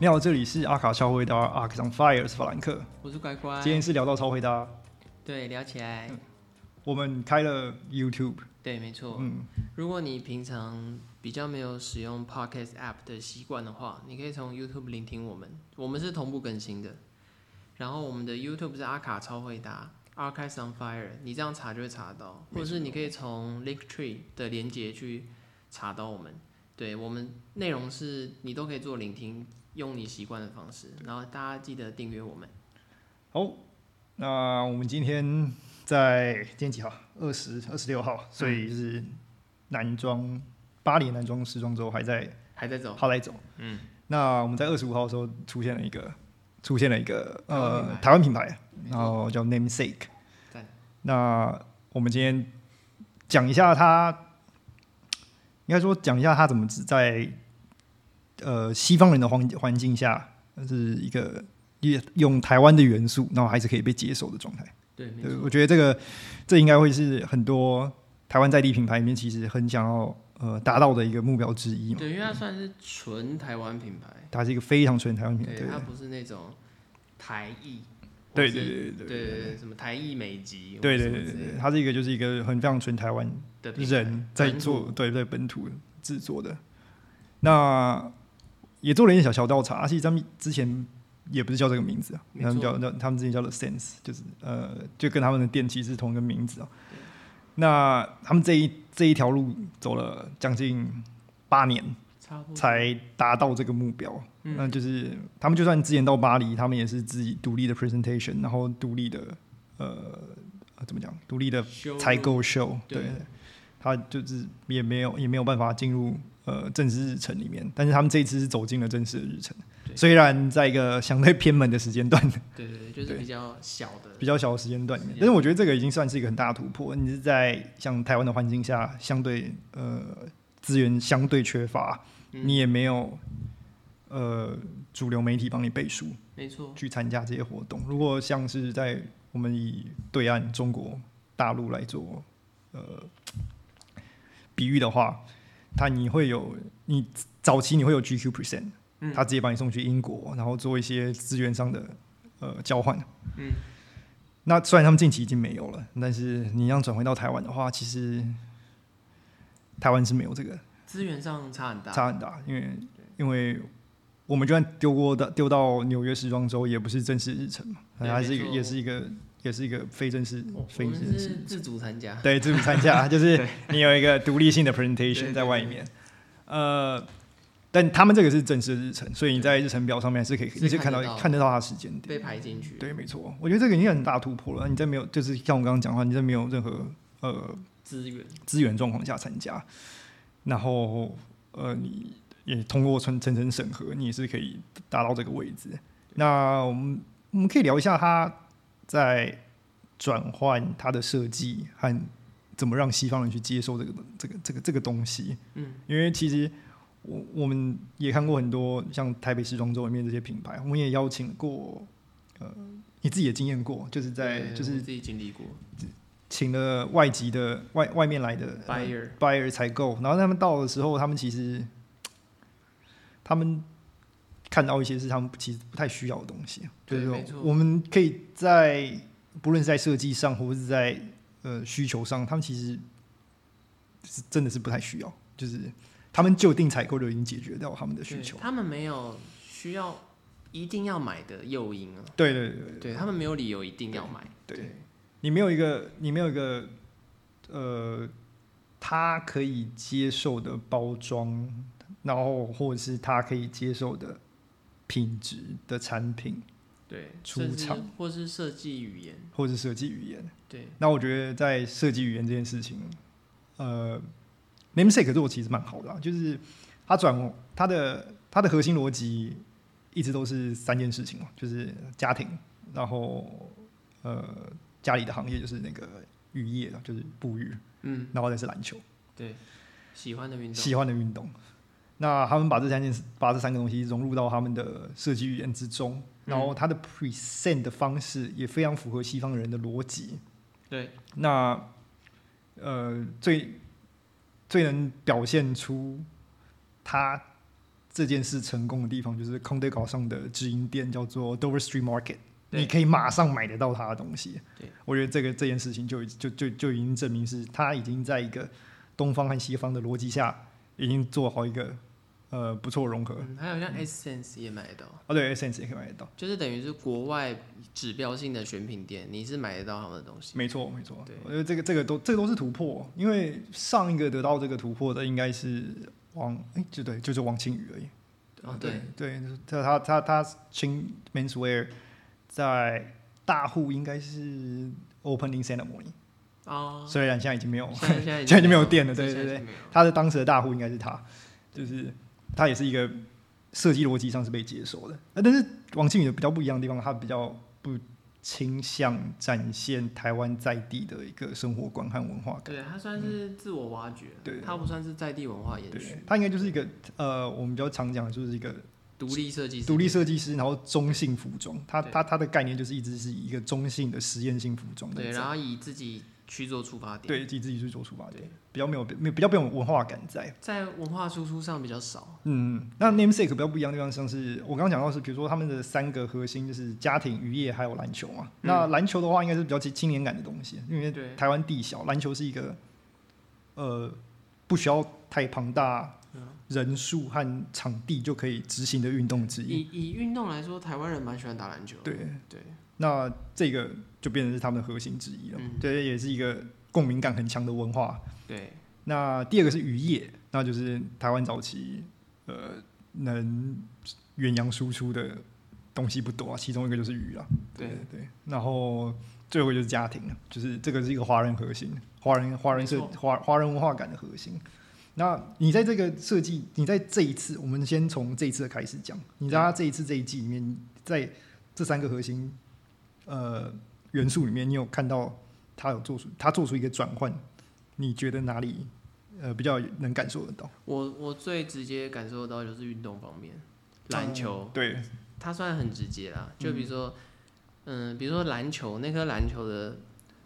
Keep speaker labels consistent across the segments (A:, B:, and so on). A: 你好，这里是阿卡超回答 Arc on Fire，我是法兰克。
B: 我是乖乖。
A: 今天是聊到超回答，
B: 对聊起来，
A: 我们开了 YouTube，
B: 对，没错。
A: 嗯，
B: 如果你平常比较没有使用 Podcast App 的习惯的话，你可以从 YouTube 聆听我们，我们是同步更新的。然后我们的 YouTube 是阿卡超会答 Archives on Fire，你这样查就会查到，或者是你可以从 Linktree 的连接去查到我们。对我们内容是你都可以做聆听，用你习惯的方式。然后大家记得订阅我们。
A: 好，那我们今天在今天几号？二十二十六号，所以就是男装巴黎男装时装周还在
B: 还在走，
A: 还在走。
B: 嗯，
A: 那我们在二十五号的时候出现了一个出现了一个呃台
B: 台
A: 湾品牌，
B: 没
A: 然
B: 错
A: 后叫 Namesake
B: 赞。
A: 那我们今天讲一下它，应该说讲一下它怎么只在呃西方人的环环境下呃是一个也用台湾的元素，然后还是可以被接受的状态。
B: 对，没
A: 对，
B: 错，
A: 我觉得这个这应该会是很多台湾在地品牌里面其实很想要呃达到的一个目标之一嘛。
B: 对，因为它算是纯台湾品牌。
A: 它是一个非常纯台湾品牌，嗯
B: 对，
A: 对
B: 它不是那种台裔，
A: 对
B: 或是
A: 对对
B: 对
A: 对
B: 对对，什么台裔美籍，
A: 对对对
B: 或者什
A: 对
B: 么之类
A: 对，它是一个就是一个很非常纯台湾
B: 的品牌
A: 人在
B: 本
A: 做
B: 土，
A: 对对本土制作的。那也做了一点小小调查，啊其实他们之前也不是叫这个名字啊，
B: 没
A: 他
B: 错
A: 们叫叫他们之前叫 The Sense，就是呃，就跟他们的电器是同一个名字啊。那他们这一这一条路走了将近八年，
B: 差不多
A: 才达到这个目标。啊
B: 嗯
A: 那就是他们就算之前到巴黎，他们也是自己独立的 presentation，然后独立的呃呃怎么讲，独立的
B: 修
A: 采
B: 路
A: 购秀，
B: 对
A: 对，他就是也没有也没有办法进入呃正式日程里面，但是他们这一次是走进了正式的日程，
B: 对
A: 虽然在一个相对偏门的时间段，
B: 对对对，就是
A: 对
B: 比较小的，
A: 比较小的时间段里面
B: 时，间
A: 但是我觉得这个已经算是一个很大的突破。你是在像台湾的环境下，相对呃资源相对缺乏，
B: 嗯
A: 你也没有呃主流媒体帮你背书
B: 没错，
A: 去参加这些活动。如果像是在我们以对岸中国大陆来做呃比喻的话，它你会有你早期你会有 GQ Present，
B: 嗯
A: 他直接把你送去英国，然后做一些资源上的呃交换。
B: 嗯，
A: 那虽然他们近期已经没有了，但是你要转回到台湾的话，其实台湾是没有这个
B: 资源上差很大，
A: 差很大，因为因为我们就算丢过的丢到纽约时装周，也不是正式日程嘛，
B: 对
A: 它是一个
B: 没错
A: 也是一个也是一个非正式
B: 我哦我
A: 非
B: 们
A: 正式
B: 是自主参加，
A: 对，自主参 加，就是你有一个独立性的
B: 对
A: presentation
B: 对
A: 在外面。呃，但他们这个是正式的日程，所以你在日程表上面是可以，
B: 是
A: 你是看
B: 看得
A: 到
B: 到
A: 看得到它的时间点。
B: 被排进去，
A: 对，没错，我觉得这个已经很大突破了。你在没有，就是像我刚刚讲的话，你在没有任何呃
B: 资源，
A: 资源状况下参加，然后呃，你也通过层层层审核，你也是可以达到这个位置。那我们我们可以聊一下他在转换他的设计和怎么让西方人去接受这个这个这个这个东西。
B: 嗯，
A: 因为其实我我们也看过很多像台北时装周里面这些品牌，我们也邀请过，呃，你自己也经验过，就是在
B: 对
A: 就是
B: 我自己经历过
A: 请了外籍的外外面来的呃
B: buyer，
A: buyer 采购，然后他们到的时候，他们其实他们看到一些是他们其实不太需要的东西，就
B: 对
A: 是说
B: 没错
A: 我们可以在不论是在设计上或是在呃需求上，他们其实是真的是不太需要，就是他们就定采购就已经解决掉他们的需求。
B: 他们没有需要一定要买的诱因啊，
A: 对对对对
B: 对他们没有理由一定要买，
A: 对，你没有一个，你没有一个，呃，他可以接受的包装，然后或者是他可以接受的品质的产品，
B: 对，
A: 出
B: 甚至
A: 厂
B: 或是设计语言，
A: 或者是设计语言。
B: 对，
A: 那我觉得在设计语言这件事情，呃，namesake 做得其实蛮好的、啊，就是它转它的它的核心逻辑一直都是三件事情嘛，就是家庭，然后呃家里的行业就是那个渔业啊，就是捕鱼，
B: 嗯，
A: 然后再是篮球，
B: 对，喜欢的运动，
A: 喜欢的运动。那他们把这三件事把这三个东西融入到他们的设计语言之中，然
B: 嗯
A: 后它的 present 的方式也非常符合西方人的逻辑，
B: 对，
A: 那呃，最最能表现出他这件事成功的地方，就是康德岛上的直营店叫做 Dover Street Market，
B: 对
A: 你可以马上买得到他的东西。
B: 对，
A: 我觉得这个这件事情就已就就就已经证明是他已经在一个东方和西方的逻辑下，已经做好一个呃不错的融合。
B: 嗯，还有像 Essence 也买得到，
A: 哦，对，Essence 也可以买得到，
B: 就是等于是国外指标性的选品店，你是买得到他们的东西。
A: 没错没错
B: 对。
A: 我觉得这个这个都这个都是突破，因为上一个得到这个突破的应该是王，哎，就对，就是王庆宇而已。
B: 哦，
A: 对
B: 对，
A: 对，他他他他清 menswear 在大户应该是 opening ceremony，、
B: 哦，
A: 虽然现在已经没有，
B: 现在现在
A: 现在已经没有店了对对
B: 现在
A: 对
B: 已经没有
A: 他的当时的大户应该是他，就是他也是一个设计逻辑上是被接受的，呃但是王庆宇的比较不一样的地方，他比较不倾向展现台湾在地的一个生活观和文化感。
B: 对，它算是自我挖掘，
A: 对
B: 它不算是在地文化延
A: 对
B: 续，，
A: 他应该就是一个呃，我们比较常讲的就是一个
B: 独立设计师，
A: 独立设计师，然后中性服装，它
B: 对
A: 它它的概念就是一直是以一个中性的实验性服装在
B: 对，
A: 走
B: 然后以自己去做出发点，，
A: 对自己自己去做出发点
B: 对，
A: 比较没有没有比较没有文化感在。
B: 在文化输出上比较少，
A: 嗯，那 namesake 比较不一样的地方，像是我刚刚讲到是，比如说他们的三个核心就是家庭、渔业还有篮球嘛。那篮球的话，应该是比较青青年感的东西，因为
B: 嗯对
A: 台湾地小，篮球是一个呃不需要太庞大
B: 嗯，
A: 人数和场地就可以执行的运动之一。
B: 以以运动来说，台湾人蛮喜欢打篮球，
A: 对，
B: 对，
A: 那这个就变成是他们的核心之一了。
B: 嗯
A: 对，也是一个共鸣感很强的文化。
B: 对，
A: 那第二个是渔业，那就是台湾早期呃能远洋输出的东西不多啊，其中一个就是鱼啊。
B: 对
A: 对对，然后最后一个就是家庭了，就是这个是一个华人核心，华人华人是
B: 没
A: 华华人文化感的核心。那你在这个设计，你在这一次，我们先从这一次的开始讲。你在他这一次这一季里面，你在这三个核心呃元素里面，你有看到他有做出他做出一个转换，你觉得哪里呃比较能感受得到？
B: 我我最直接感受到就是运动方面，篮球，
A: 对，
B: 它算很直接啦，就比如说，嗯，比如说篮球那颗篮球的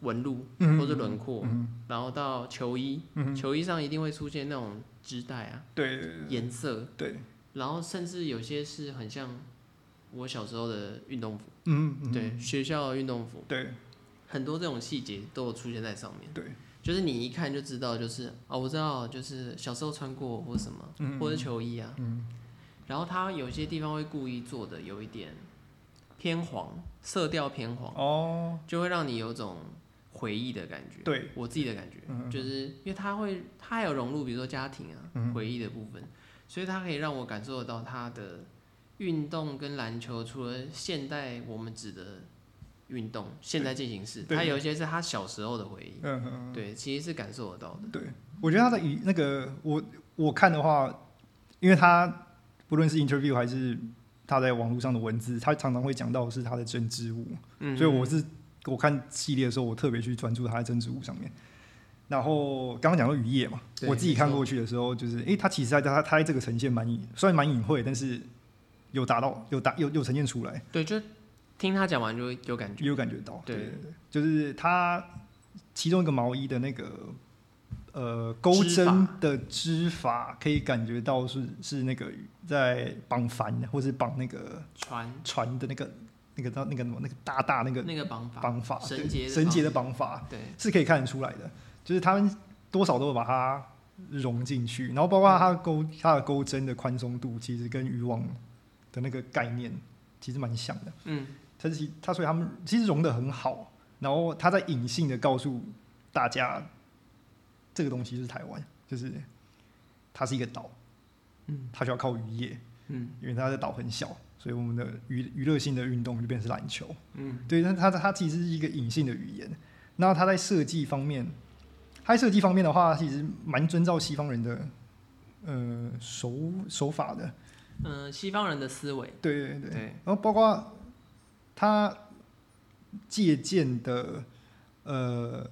B: 纹路
A: 嗯
B: 或者轮廓，
A: 嗯，
B: 然后到球衣，
A: 嗯
B: 球衣上一定会出现那种织带啊、
A: 对
B: 颜色，
A: 对，
B: 然后甚至有些是很像我小时候的运动服，
A: 嗯嗯
B: 对，学校的运动服，
A: 对
B: 很多这种细节都有出现在上面。
A: 对，
B: 就是你一看就知道，就是哦，我知道，就是小时候穿过或什么，
A: 嗯
B: 或者球衣啊。
A: 嗯
B: 然后它有些地方会故意做的有一点偏黄，色调偏黄，
A: 哦，
B: 就会让你有种回忆的感觉。
A: 对，
B: 我自己的感觉，
A: 嗯
B: 就是因为它会，它还有融入，比如说家庭啊、回忆的部分，所以它可以让我感受得到它的运动跟篮球，除了现代我们指的运动，现代进行式，
A: 对
B: 它有一些是他小时候的回忆，
A: 嗯嗯。
B: 对，其实是感受得到的。
A: 对，我觉得他的语那个我我看的话，因为他不论是 interview 还是他在网络上的文字，他常常会讲到是他的针织物，
B: 嗯，
A: 所以我是我看系列的时候，我特别去专注他的针织物上面。然后刚刚讲到渔业嘛，
B: 对
A: 我自己看
B: 没错
A: 过去的时候，就是诶，他其实在他他在这个呈现蛮隐，虽然蛮隐晦，但是有达到有达有有呈现出来。
B: 对，就听他讲完就有感觉。
A: 也有感觉到，
B: 对
A: 对对对，就是它其中一个毛衣的那个呃钩
B: 织
A: 针
B: 法
A: 的织法，可以感觉到是是那个在绑帆或是绑那个
B: 船
A: 船的那个那个叫那个什么那个大大那个
B: 那个绑法，
A: 绑法，
B: 绳
A: 对
B: 结的
A: 绳结的
B: 绑
A: 绑法
B: 对，
A: 是可以看得出来的，就是他们多少都有把它融进去，然后包括它的钩它的钩针的宽松度，其实跟渔网的那个概念其实蛮像的。
B: 嗯，
A: 它其它所以他们其实融的很好，然后他在隐性的告诉大家，这个东西是台湾，就是它是一个岛，
B: 嗯，
A: 它需要靠渔业，
B: 嗯，
A: 因为它的岛很小，所以我们的娱娱乐性的运动就变成是篮球，
B: 嗯，
A: 对，但它它其实是一个隐性的语言。那它在设计方面，它在设计方面的话，其实蛮遵照西方人的呃手手法的，
B: 嗯、西方人的思维，
A: 对对对。
B: 对，
A: 然后包括他借鉴的呃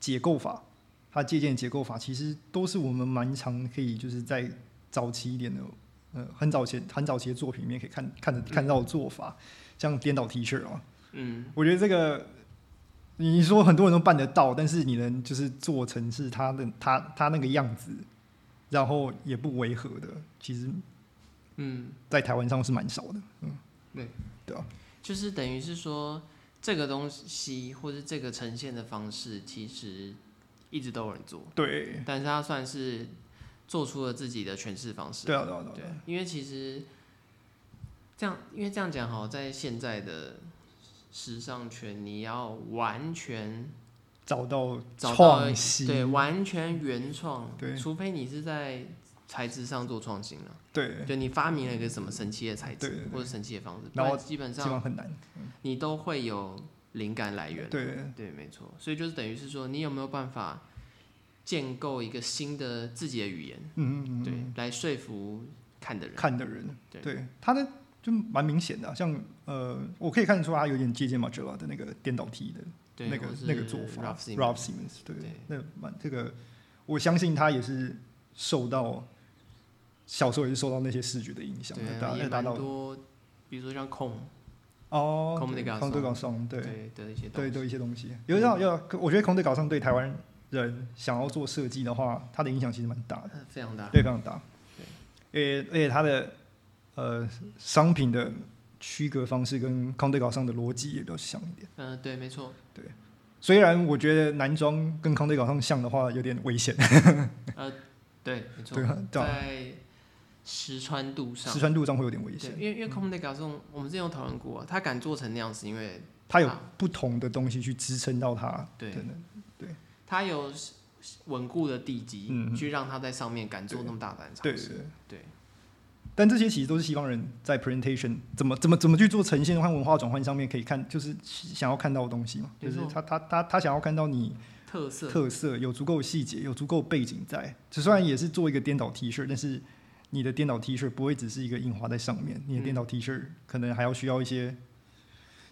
A: 解构法，他借鉴的解构法其实都是我们蛮常可以就是在早期一点的呃很早前很早期的作品里面可以看看得看到的做法，像颠倒 T 恤啊，
B: 嗯，
A: 我觉得这个。你说很多人都办得到，但是你能就是做成是他的他他那个样子，然后也不违和的，其实
B: 嗯，
A: 在台湾上是蛮少的。嗯
B: 就是等于是说这个东西或是这个呈现的方式，其实一直都有人做，
A: 对，啊
B: 但是他算是做出了自己的诠释方式。
A: 对啊，对啊，对啊
B: 对
A: 对啊，，
B: 因为其实这样，因为这样讲好，在现在的时尚圈，你要完全
A: 找到
B: 啊找到
A: 创新，
B: 对完全原创，
A: 对
B: 除非你是在材质上做创新了、
A: 对，
B: 就你发明了一个什么神奇的材质
A: 对对对
B: 或者神奇的方式，不
A: 然后
B: 然基本
A: 基本上
B: 上
A: 很难。
B: 你都会有灵感来源。
A: 对，
B: 对，没错，所以就是等于是说，你有没有办法建构一个新的自己的语言，
A: 嗯，嗯
B: 对，来说服看的人。
A: 看的人，
B: 对
A: 对他的就蛮明显的啊、像呃，我可以看得出他有点接近 m a g e l a 的那个颠倒踢的
B: 对，
A: 那个
B: 或是
A: 那个做法
B: Ralph Simmons
A: Ralph Simmons，对，
B: 对
A: 那蛮这个，我相信他也是受到小时候也是受到那些视觉的影响，
B: 对
A: 那
B: 啊，
A: 达
B: 也
A: 那达
B: 蛮
A: 到
B: 多，比如说像控
A: 哦，
B: Comme des
A: 对
B: Garçons
A: Comme des Garçons，对
B: 啊对的一些东
A: 对
B: 西，
A: 对一些东西，有一种有，我觉得 Comme des Garçons 对台湾人想要做设计的话，它的影响其实蛮大的。
B: 它呃非常大。
A: 对，非常大。对，而而且它的呃商品的区隔方式跟康德高上的逻辑也比较像一点。
B: 嗯、对，没错。
A: 虽然我觉得男装跟康德高上像的话有点危险，
B: 对，没错
A: 对啊，对啊
B: 在实穿度上
A: 实，穿度上会有点危
B: 对
A: 险，。
B: 因为因为 Comme des Garçons，我们之前有讨论过啊、他敢做成那样子，因为
A: 它有
B: 啊
A: 不同的东西去支撑到它。
B: 对
A: 真的
B: 他有稳固的地基，
A: 嗯嗯
B: 去让他在上面敢做那么大胆的
A: 对对
B: 尝试。
A: 对。
B: 对
A: 但这些其实都是西方人在 presentation 怎么怎么怎么去做呈现和文化转换上面可以看，就是想要看到的东西嘛，就是
B: 没错
A: 他他他他想要看到你
B: 特色，
A: 特色，有足够细节，有足够背景在。这虽然也是做一个颠倒 T 恤，但是你的颠倒 T 恤不会只是一个印花在上面，你的
B: 嗯
A: 颠倒 T 恤可能还要需要一些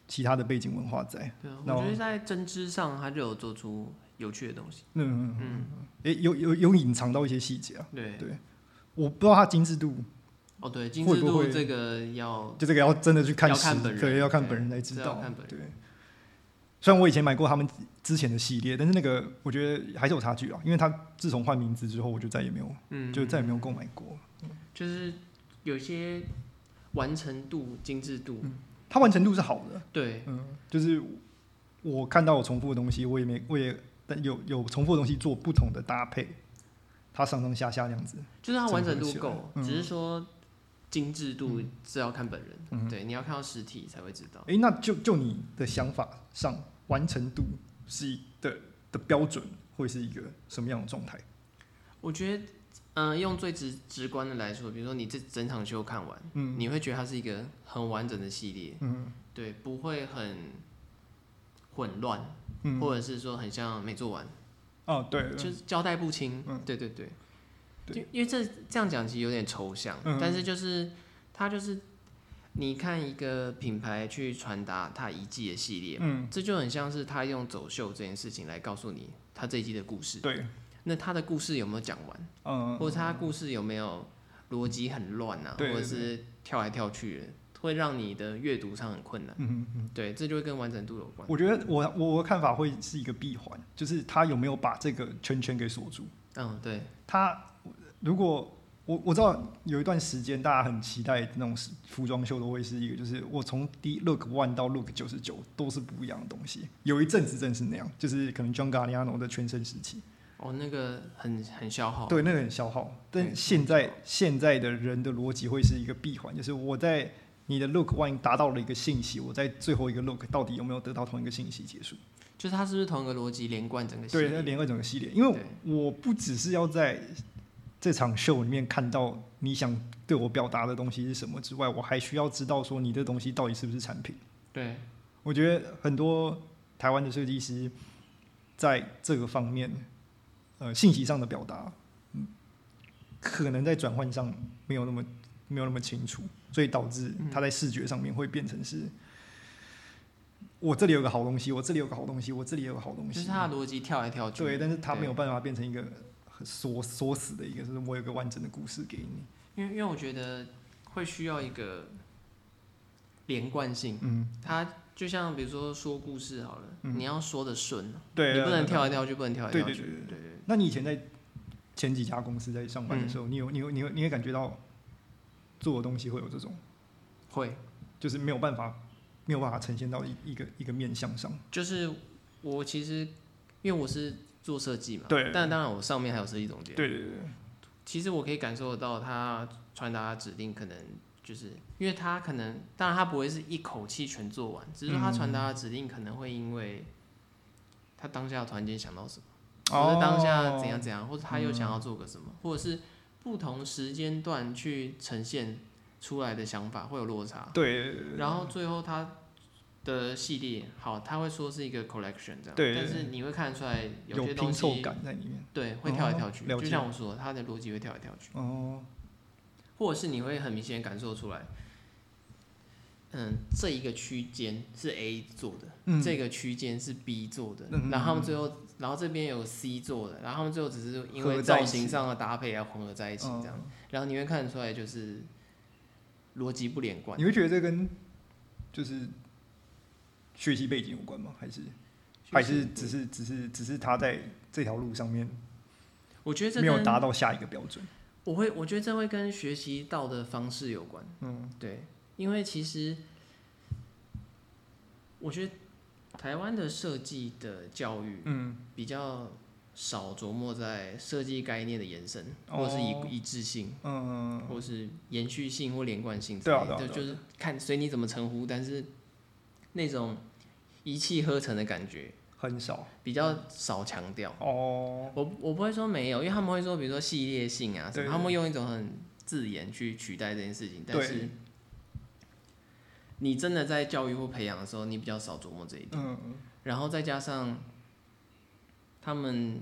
A: 其他的背景文化在。
B: 对啊，
A: 那
B: 我
A: 我
B: 觉得在针织上，他就有做出有趣的东西。
A: 嗯，
B: 嗯，
A: 诶、有有有隐藏到一些细节啊，
B: 对
A: 对，我不知道它精致度，
B: 哦对，精
A: 会
B: 致
A: 不
B: 度
A: 会
B: 这个要
A: 就这个要真的去看
B: 要
A: 实
B: 看本人
A: 对，要看
B: 对
A: 本人才知
B: 这要
A: 道
B: 看本。人
A: 对，虽然我以前买过他们之前的系列，但是那个我觉得还是有差距啊，因为它自从换名字之后，我就再也没有，
B: 嗯，
A: 就再也没有购买过。
B: 就是有些完成度、精致度，
A: 它完成度是好的，
B: 对，
A: 嗯，就是我看到有重复的东西，我也没我也但有有重复的东西做不同的搭配，它上上下下那样子，
B: 就是它完整度
A: 整合起
B: 够
A: 来，嗯嗯
B: 只是说精致度是要看本人，对，你要看到实体才会知道。
A: 诶，那就就你的想法上，完成度是一的的标准会是一个什么样的状态？
B: 我觉得，嗯、用最直直观的来说，比如说你这整场秀看完，
A: 嗯
B: 你会觉得它是一个很完整的系列，
A: 嗯
B: 对，不会很混乱，
A: 嗯，
B: 或者是说很像没做完，
A: 哦对，
B: 就
A: 对
B: 是交代不清。
A: 嗯
B: 对对对，
A: 对
B: 就因为这这样讲其实有点抽象，
A: 嗯
B: 但是就是它就是你看一个品牌去传达它一季的系列，
A: 嗯
B: 这就很像是他用走秀这件事情来告诉你他这一季的故事。
A: 对，
B: 那他的故事有没有讲完，
A: 嗯
B: 或者他故事有没有逻辑很乱啊，
A: 对
B: 或者是跳来跳去的，会让你的阅读上很困难。
A: 嗯嗯。
B: 对，这就会跟完整度有关。
A: 我觉得我我我的看法会是一个闭环，就是他有没有把这个圈圈给锁住。
B: 嗯，对，
A: 他如果我我知道有一段时间大家很期待那种服装秀都会是一个，就是我从第一 look one 到 look 九十九都是不一样的东西。有一阵子真的是那样，就是可能 John Galliano 的全身时期，
B: 哦，那个很很消耗。
A: 对那个很消耗。但
B: 对
A: 现
B: 很
A: 在
B: 消耗
A: 现在的人的逻辑会是一个闭环，就是我在你的 look one 达到了一个信息，我在最后一个 look 到底有没有得到同一个信息结束？
B: 就是它是不是同一个逻辑连贯整个系
A: 对，
B: 列？
A: 那连贯整个系列，因为我不只是要在这场秀里面看到你想对我表达的东西是什么之外，我还需要知道说你的东西到底是不是产品。
B: 对
A: 我觉得很多台湾的设计师在这个方面，呃，信息上的表达，嗯可能在转换上没有那么没有那么清楚，所以导致
B: 嗯
A: 他在视觉上面会变成是。我这里有个好东西，我这里有个好东西，我这里有个好东西，
B: 就是它的逻辑跳来跳去。
A: 对，但是他没有
B: 对
A: 办法变成一个很锁锁死的一个，就是我有一个完整的故事给你。
B: 因为因为我觉得会需要一个连贯性，
A: 嗯，
B: 它就像比如说说故事好了，你要说的顺，啊
A: 对，
B: 你不能跳
A: 对。
B: 来跳去，不能跳来
A: 对
B: 跳
A: 对
B: 去，
A: 对对
B: 对对
A: 嗯那你以前在前几家公司在上班的时候，你有你有你会你会感觉到做的东西会有这种，
B: 会，
A: 就是没有办法没有办法呈现到一一个一个面向上。
B: 就是我其实因为我是做设计嘛，
A: 对
B: 但当然我上面还有设计总监，
A: 对对对对，
B: 其实我可以感受得到他传达的指令可能就是，因为他可能当然他不会是一口气全做完，只是说他传达的指令可能会因为他当下突然间想到什么，或者当下怎样
A: 哦
B: 怎样，或者他又想要做个什么，或者是不同时间段去呈现出来的想法会有落差，
A: 对对对对
B: 然后最后他。的系列好，他会说是一个 collection 这样，
A: 对
B: 但是你会看得出来有
A: 有
B: 些
A: 拼
B: 东
A: 凑
B: 西，
A: 感在里面。
B: 对，会跳来
A: 哦
B: 跳去，
A: 了
B: 就
A: 解
B: 像我说，他的逻辑会跳来跳去。
A: 哦，
B: 或者是你会很明显地感受出来，嗯，这一个区间是 A 做的，
A: 嗯，
B: 这个区间是 B 做的，
A: 嗯
B: 然后他们最后，然后这边有 C 做的，然后他们最后只是因为
A: 合在
B: 造
A: 一起
B: 型上的搭配而混合在一起
A: 哦
B: 这样，然后你会看得出来就是逻辑不连贯
A: 你。会觉得这跟就是学习背景有关吗？还是还是只是只是只是他在这条路上面
B: 我觉得这
A: 没有
B: 跟
A: 达到下一个标准？
B: 我会，我觉得这会跟学习到的方式有关。
A: 嗯，
B: 对，因为其实我觉得台湾的设计的教育，
A: 嗯，
B: 比较少琢磨在设计概念的延伸，
A: 哦
B: 或是一一致性，
A: 嗯，
B: 或是延续性或连贯性之
A: 对
B: 类
A: 啊对
B: 的，
A: 啊对啊
B: 就是看随你怎么称呼，但是那种一气呵成的感觉
A: 很少
B: 比较少强调。
A: 哦，
B: 我我不会说没有，因为他们会说，比如说系列性啊什
A: 对
B: 么，他们会用一种很字眼去取代这件事情，但
A: 对
B: 是你真的在教育或培养的时候，你比较少琢磨这一点。
A: 嗯，
B: 然后再加上他们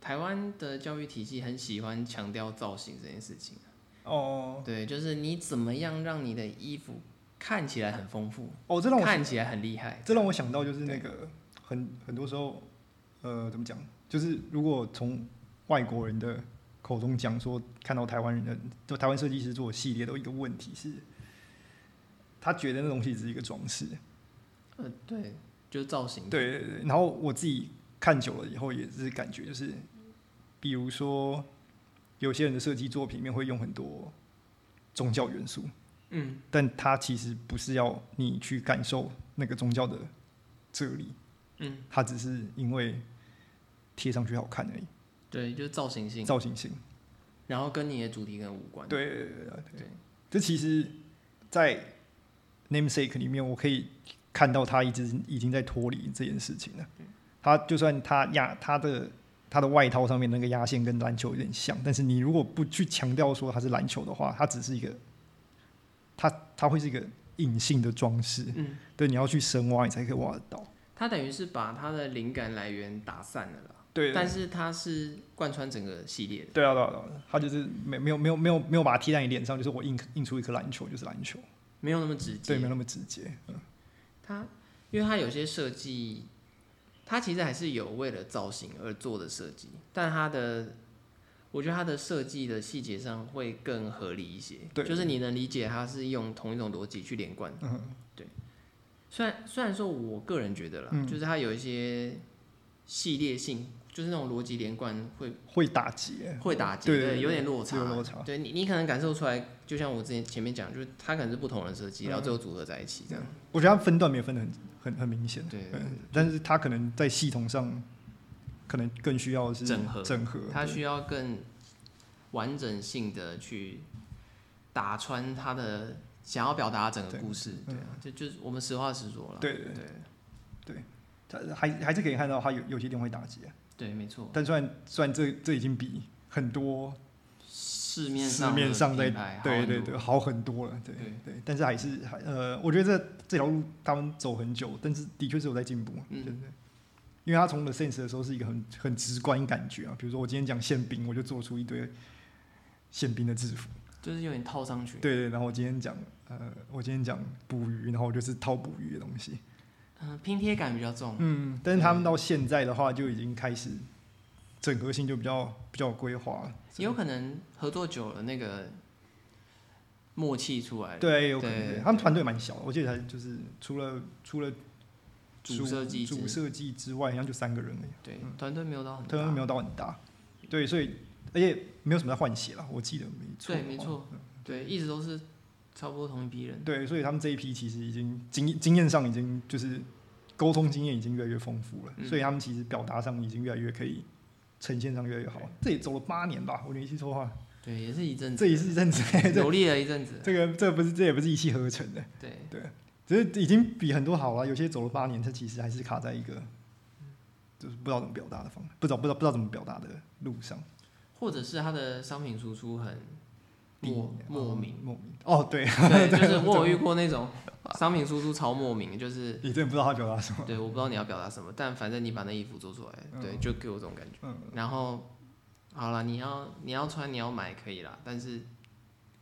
B: 台湾的教育体系很喜欢强调造型这件事情，啊
A: 哦，
B: 对，就是你怎么样让你的衣服看起来很丰富，
A: 哦，这让我
B: 看起来很厉害，
A: 这让我想到就是那个很很多时候，呃，怎么讲？就是如果从外国人的口中讲说，看到台湾人的就台湾设计师做的系列，都有一个问题是，他觉得那东西只是一个装饰。
B: 呃，对，就是造型，，
A: 对对对。然后我自己看久了以后，也是感觉就是，比如说有些人的设计作品里面会用很多宗教元素，
B: 嗯，
A: 但它其实不是要你去感受那个宗教的哲理，
B: 嗯，
A: 它只是因为贴上去好看而已，
B: 对，就是造型性，
A: 造型性。
B: 然后跟你的主题跟无关，
A: 对对对对对
B: 对
A: 这其实，在 namesake 里面，我可以看到他一直已经在脱离这件事情了。他就算他压他的他的外套上面那个压线跟篮球有点像，但是你如果不去强调说它是篮球的话，它只是一个，它它会是一个隐性的装饰。
B: 嗯，
A: 对，你要去深挖，你才可以挖得到。
B: 它等于是把它的灵感来源打散了啦，
A: 对
B: 但
A: 是
B: 是它是贯穿整个系列的，
A: 对啊，对啊，对啊，他就是没没有没有没有没有把它贴在你脸上，就是我印印出一颗篮球就是篮球，
B: 没有那么直接，
A: 对，没有那么直接。嗯
B: 它因为它有些设计，它其实还是有为了造型而做的设计，但它的我觉得它的设计的细节上会更合理一些，
A: 对
B: 就是你能理解它是用同一种逻辑去连贯。
A: 嗯，
B: 虽然虽然说我个人觉得啦，
A: 嗯
B: 就是它有一些系列性，就是那种逻辑连贯会
A: 会打结，
B: 会打结，
A: 对对对
B: 有点落差，
A: 有落差
B: 对你，你可能感受出来，就像我之前前面讲，就是它可能是不同人设
A: 嗯
B: 计，然后最后组合在一起这样。
A: 我觉得他分段没有分的很很很明显，
B: 对对
A: 嗯
B: 对
A: 但是他可能在系统上，可能更需要的是
B: 整合
A: 整合，
B: 它
A: 对
B: 需要更完整性的去打穿它的想要表达的整个
A: 对嗯
B: 故事，对啊，就就是我们实话实说了，
A: 对对
B: 对
A: 他还还是可以看到他有有些地方会打结，
B: 对，没错，
A: 但虽然虽然这这已经比很多
B: 市面
A: 市
B: 上
A: 面上
B: 的
A: 在
B: 品牌好
A: 对
B: 很
A: 对
B: 多
A: 对，好很多了，对
B: 对
A: 对，但是还是还呃，我觉得这这条路他们走很久，但是的确是有在进步，啊
B: 嗯
A: 对对。因为他从 The Sense 的时候是一个很很直观感觉啊，比如说我今天讲宪兵，我就做出一堆宪兵的制服。
B: 就是有点套上去，
A: 对对，然后我今天讲，呃，我今天讲捕鱼，然后我就是套捕鱼的东西。
B: 嗯，拼贴感比较重，
A: 嗯，但是他们到现在的话，就已经开始整合性就比较比较有规划了。
B: 也有可能合作久了那个默契出来了，
A: 对，有可
B: 对
A: 能他们团队蛮小的，我记得才就是除了除了
B: 主设计之
A: 主设计之外，好像就三个人而已，
B: 对，团队没有到很
A: 嗯团队没
B: 大，
A: 有到很大。对，所以而且没有什么在换血了，我记得没错。嗯
B: 对，没。错，对，一直都是差不多同一批人。
A: 对，所以他们这一批其实已经经经验上已经就是沟通经验已经越来越丰富了，
B: 嗯
A: 所以他们其实表达上已经越来越可以呈现上越来越好。这也走了八年吧，我没记错的话，
B: 对，也是一阵子，
A: 这也是一阵子，这
B: 努力了一阵子。
A: 这个这不是这也不是一气呵成的，
B: 对，
A: 只是已经比很多好了。有些走了八年，它其实还是卡在一个就是不知道怎么表达的方，不知道不知道不知道怎么表达的路上。
B: 或者是他的商品输出很莫
A: 低
B: 莫名。
A: 莫名哦，对，
B: 对，就是我有遇过那种商品输出超莫名，就是
A: 你真的不知道他表达什么。
B: 对，我不知道你要表达什么，但反正你把那衣服做出来，对，就给我这种感觉。
A: 嗯，
B: 然后好了，你要你要穿你要买可以啦，但是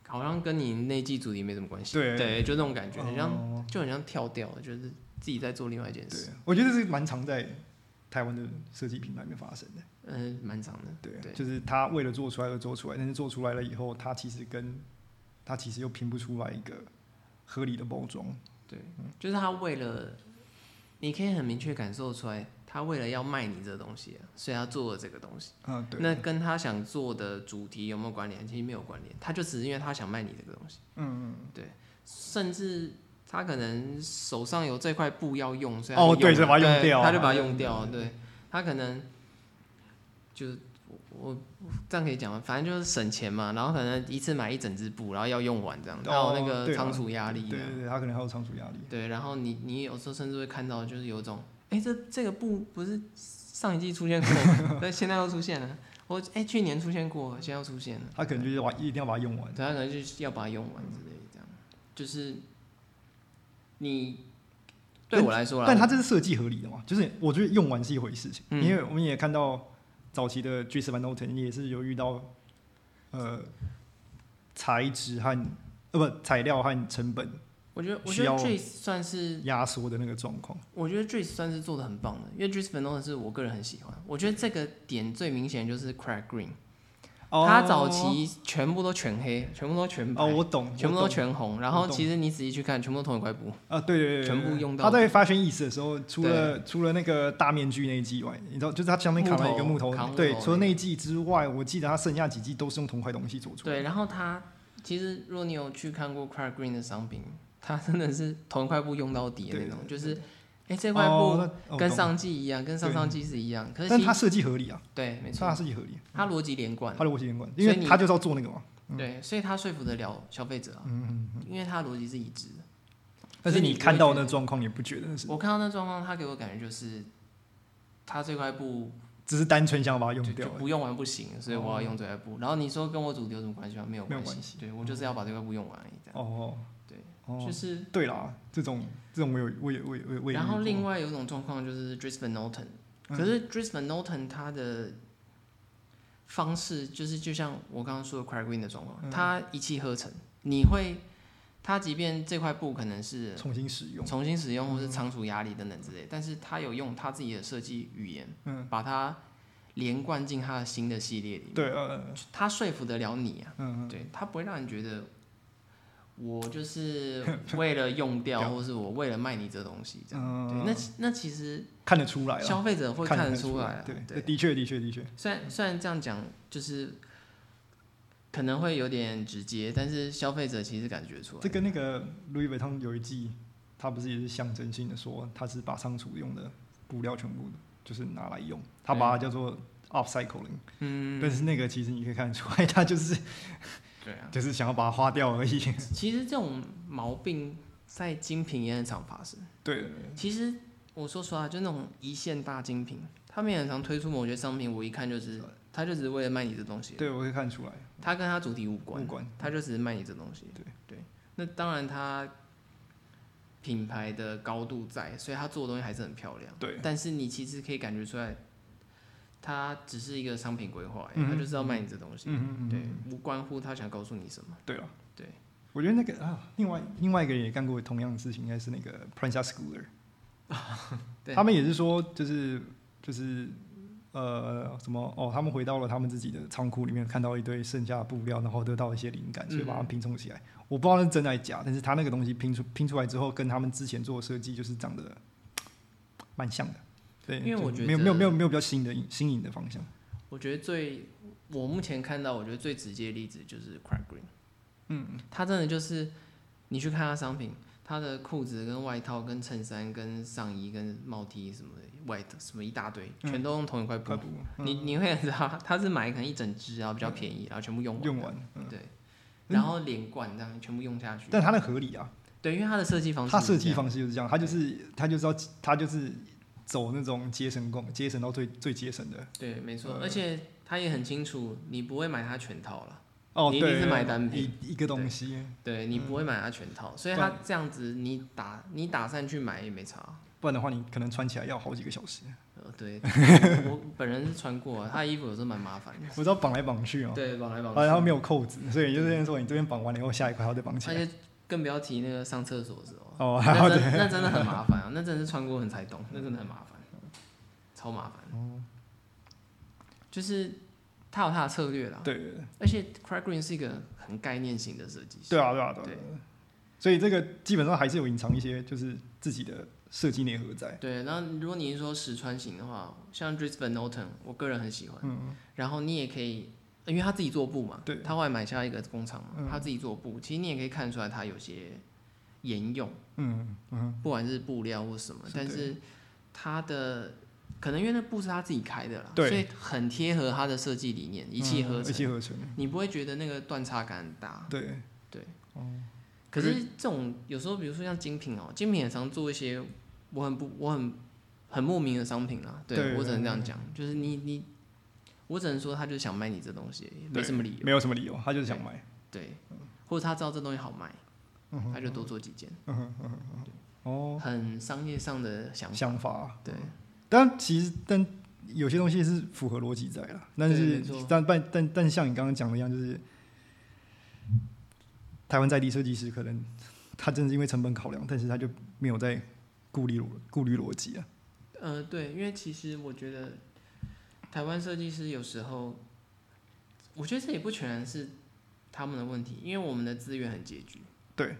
B: 好像跟你那季主题没什么关系。
A: 对
B: 对，就那种感觉，很像
A: 哦
B: 就很像跳掉了，就是自己在做另外一件
A: 对
B: 事。，
A: 我觉得这是蛮常在台湾的设计品牌里面发生的。
B: 嗯，蛮长的。
A: 对，
B: 对
A: 就是他为了做出来而做出来，但是做出来了以后，他其实跟他其实又拼不出来一个合理的包装。
B: 对，就是他为了，你可以很明确感受出来，他为了要卖你这个东西啊、所以他做了这个东西。
A: 嗯，对。
B: 那跟他想做的主题有没有关联？其实没有关联，他就只是因为他想卖你这个东西，
A: 嗯
B: 甚至他可能手上有这块布要用，所以
A: 哦对
B: 对，
A: 就把它用掉
B: 他就把它
A: 对
B: 用掉，啊对他可能就我我我这样可以讲吗？反正就是省钱嘛，然后可能一次买一整只布，然后要用完这样，
A: 哦
B: 然后那个
A: 对啊
B: 仓储压力
A: 嗯，
B: 这
A: 对
B: 样
A: 对对，他可能还有仓储压力。
B: 对，然后你你有时候甚至会看到，就是有一种，哎，这这个布不是上一季出现过， 但现在又出现了。我哎，去年出现过，现在又出现了。
A: 他可能就是把一定要把它用完。
B: 对他可能就是要把它用完之类的，这样就是你对我来说啦，
A: 但他这是设计合理的嘛？就是我觉得用完是一回事情，
B: 嗯
A: 因为我们也看到早期的 J 十 Van Noten 也是有遇到呃材质和呃不材料和成本
B: 我觉得我
A: 需
B: 觉得
A: 要
B: Drees 算是
A: 压缩的那个状况。
B: 我觉得 Drees 算是做的很棒的，因为 Drees 粉红是我个人很喜欢。我觉得这个点最明显就是 Crack Green，、他早期全部都全黑，全部都全白，
A: 哦，我懂，
B: 全部都
A: 我懂
B: 全红，然
A: 我
B: 后
A: 懂
B: 其实你仔细去看，全部都同一块布。
A: 啊，对对对对，
B: 全部
A: 对
B: 用到
A: 他在 Fashion East 的时候，除了除了那个大面具那一季以外，你知道，就是他上面扛了一个木
B: 木头
A: 头，
B: 扛木
A: 对，
B: 头
A: 除了
B: 那
A: 那一季之外，我记得他剩下几季都是用同块东西做出来。
B: 对，然后它其实如果你有去看过 Crack Green 的商品，它真的是同一块布用到底的那种，就是哎这块布
A: 哦那哦
B: 跟
A: 懂
B: 上季一样，跟上上季是一样，可是
A: 但
B: 其
A: 他设计合理啊，
B: 对没
A: 他
B: 错，
A: 设计合理，
B: 它逻辑连贯，
A: 他的逻辑连贯，
B: 所以
A: 因为
B: 你
A: 他就是要做那个嘛。
B: 对，所以它说服得了消费者啊，
A: 嗯
B: 因为它的逻辑是一致的。
A: 但是
B: 所以
A: 你
B: 你不
A: 看
B: 会
A: 到
B: 觉
A: 那
B: 得
A: 状况也不觉得那是，
B: 我看到那状况，它给我感觉就是。它这块布
A: 只是单纯想把它
B: 就
A: 用
B: 就
A: 掉。哦
B: 不用完不行，所以我要用这块布。然后你说跟我主题有什么关系吗？没有
A: 没有
B: 关
A: 关
B: 系，对我就是要把这块布用完而已。这样
A: 哦，
B: 对，
A: 哦
B: 就，是
A: 对啦，这种这种我有我也我也我也我也遇过。
B: 然后另外有一种状况就是 d r i s v a n Norton，、
A: 嗯
B: 可是 d r i s v a n Norton 他的方式就是就像我刚刚说的 Craig Green 的状况，
A: 嗯
B: 他一气呵成，你会他即便这块布可能是
A: 重新使用，
B: 重新使用或是仓储压力等等之类，但是他有用他自己的设计语言，
A: 嗯，
B: 把它连贯进他的新的系列里面，
A: 对，呃，
B: 他说服得了你啊，
A: 嗯，嗯
B: 对他不会让你觉得。我就是为了 用掉，或是我为了卖你这东西，这样。对，
A: 嗯，
B: 那其那其实
A: 看得出来了。
B: 消费者会看
A: 看
B: 得
A: 出
B: 出来啊。
A: 对，
B: 对，
A: 的确，的确，的确，
B: 虽然虽然这样讲就是可能会有点直接，但是消费者其实感觉出来。
A: 这跟那个 Louis Vuitton 有一季，他不是也是象征性的说，他是把仓储用的布料全部就是拿来用，他把它叫做 upcycling，、
B: 嗯，
A: 但是那个其实你可以看得出来，他 就是
B: 对啊。
A: 就是想要把它花掉而已。
B: 其实这种毛病在精品也很常发生。
A: 对，
B: 其实我说实话，就那种一线大精品，他们也很常推出某些商品，我一看就是，他就只是为了卖你这东西，
A: 对我嗯可以看出来，
B: 他跟他主题无关
A: 不。管
B: 他就只是卖你这东西。
A: 对
B: 对，那当然他品牌的高度在，所以他做的东西还是很漂亮。
A: 对
B: 但是你其实可以感觉出来，他只是一个商品规划，
A: 嗯
B: 他就是要卖你这东西。
A: 嗯嗯嗯
B: 对，无关乎他想告诉你什么。
A: 对了，
B: 对，
A: 我觉得那个啊，另外另外一个人也干过同样的事情，应该是那个 Princess Schooler，
B: 对
A: 他们也是说，就是就是呃什么哦，他们回到了他们自己的仓库里面，看到一堆剩下的布料，然后得到一些灵
B: 嗯
A: 感，所以把它拼凑起来。我不知道那是真还是假，但是他那个东西拼出拼出来之后，跟他们之前做的设计就是长得蛮像的。对，
B: 因为我
A: 就
B: 觉得
A: 没有没有没有没有比较新的新颖的方向。
B: 我觉得最我目前看到，我觉得最直接的例子就是 Craig Green。嗯，它真的就是你去看它商品，它的裤子跟外套、跟衬衫、跟上衣、跟帽 T 什么的外什么一大堆，
A: 嗯
B: 全都用同一块布。
A: 它不嗯
B: 你你会知道，他是买可能一整只，然后比较便宜，然后全部用完。
A: 用完，嗯
B: 对，然后连贯这样全部用下去。
A: 但它的合理啊，
B: 对，因为它的设计方式
A: 它
B: 是这
A: 设
B: 样，
A: 计方式就是这样，它就是它就是要它就是走那种节省共节省到最最节省的。
B: 对，没错，
A: 呃
B: 而且他也很清楚，你不会买它全套了，
A: 哦，
B: 你一定
A: 对
B: 是买单品
A: 一一个东西，
B: 对你
A: 嗯
B: 不会买它全套，所以
A: 不然
B: 他这样子你打你打算去买也没差。
A: 不然的话你可能穿起来要好几个小时。
B: 呃， 对，我本人是穿过啊，他的衣服有时候蛮麻烦的，
A: 我知道绑来绑去哦，
B: 对，绑来绑去，
A: 啊，然后没有扣子，所以就是说你这边绑完了以后，下一块还要再绑起
B: 而
A: 来。
B: 且更不要提那个上厕所的时候，啊
A: 哦，还
B: 那
A: 要
B: 真那真的很麻烦啊，那真的是穿过很才懂，那真的很麻烦，超麻烦。
A: 哦
B: 就是他有他的策略啦，
A: 对对
B: 而且 Craig Green 是一个很概念型的设计师，
A: 对啊对啊对啊
B: 对。
A: 所以这个基本上还是有隐藏一些就是自己的设计内核在。
B: 对，然后如果你是说实穿型的话，像 Dries Van Noten，我个人很喜欢。
A: 嗯，
B: 然后你也可以，因为他自己做布嘛，
A: 对
B: 他后来买下一个工厂嘛，
A: 嗯
B: 他自己做布，其实你也可以看出来他有些沿用，
A: 嗯嗯，
B: 不管是布料或什么，
A: 是
B: 但
A: 对
B: 是他的可能因为那布是他自己开的啦，
A: 对嗯
B: 所以很贴合他的设计理念，一气呵
A: 一气
B: 成，
A: 呵成。
B: 你不会觉得那个断差感很大。
A: 对，可
B: 可是这种有时候，比如说像精品哦、精品也常做一些我很不我很很莫名的商品啊，对
A: 对
B: 我只能这样
A: 嗯
B: 讲，就是你你我只能说他就想卖你这东西而已，没
A: 对
B: 什么理由。
A: 没有什么理由，他就是想买。
B: 对，或者他知道这东西好卖，
A: 嗯
B: 他就多做几件，
A: 哦，
B: 很商业上的想法。
A: 想法。
B: 对，
A: 但其实但有些东西是符合逻辑在啦，但
B: 对
A: 是
B: 没错
A: 但但但但像你刚刚讲的一样，就是台湾在地设计师可能他真的是因为成本考量，但是他就没有在顾虑逻顾虑逻辑啊。
B: 呃，对，因为其实我觉得台湾设计师有时候，我觉得这也不全然是他们的问题，因为我们的资源很拮据。
A: 对，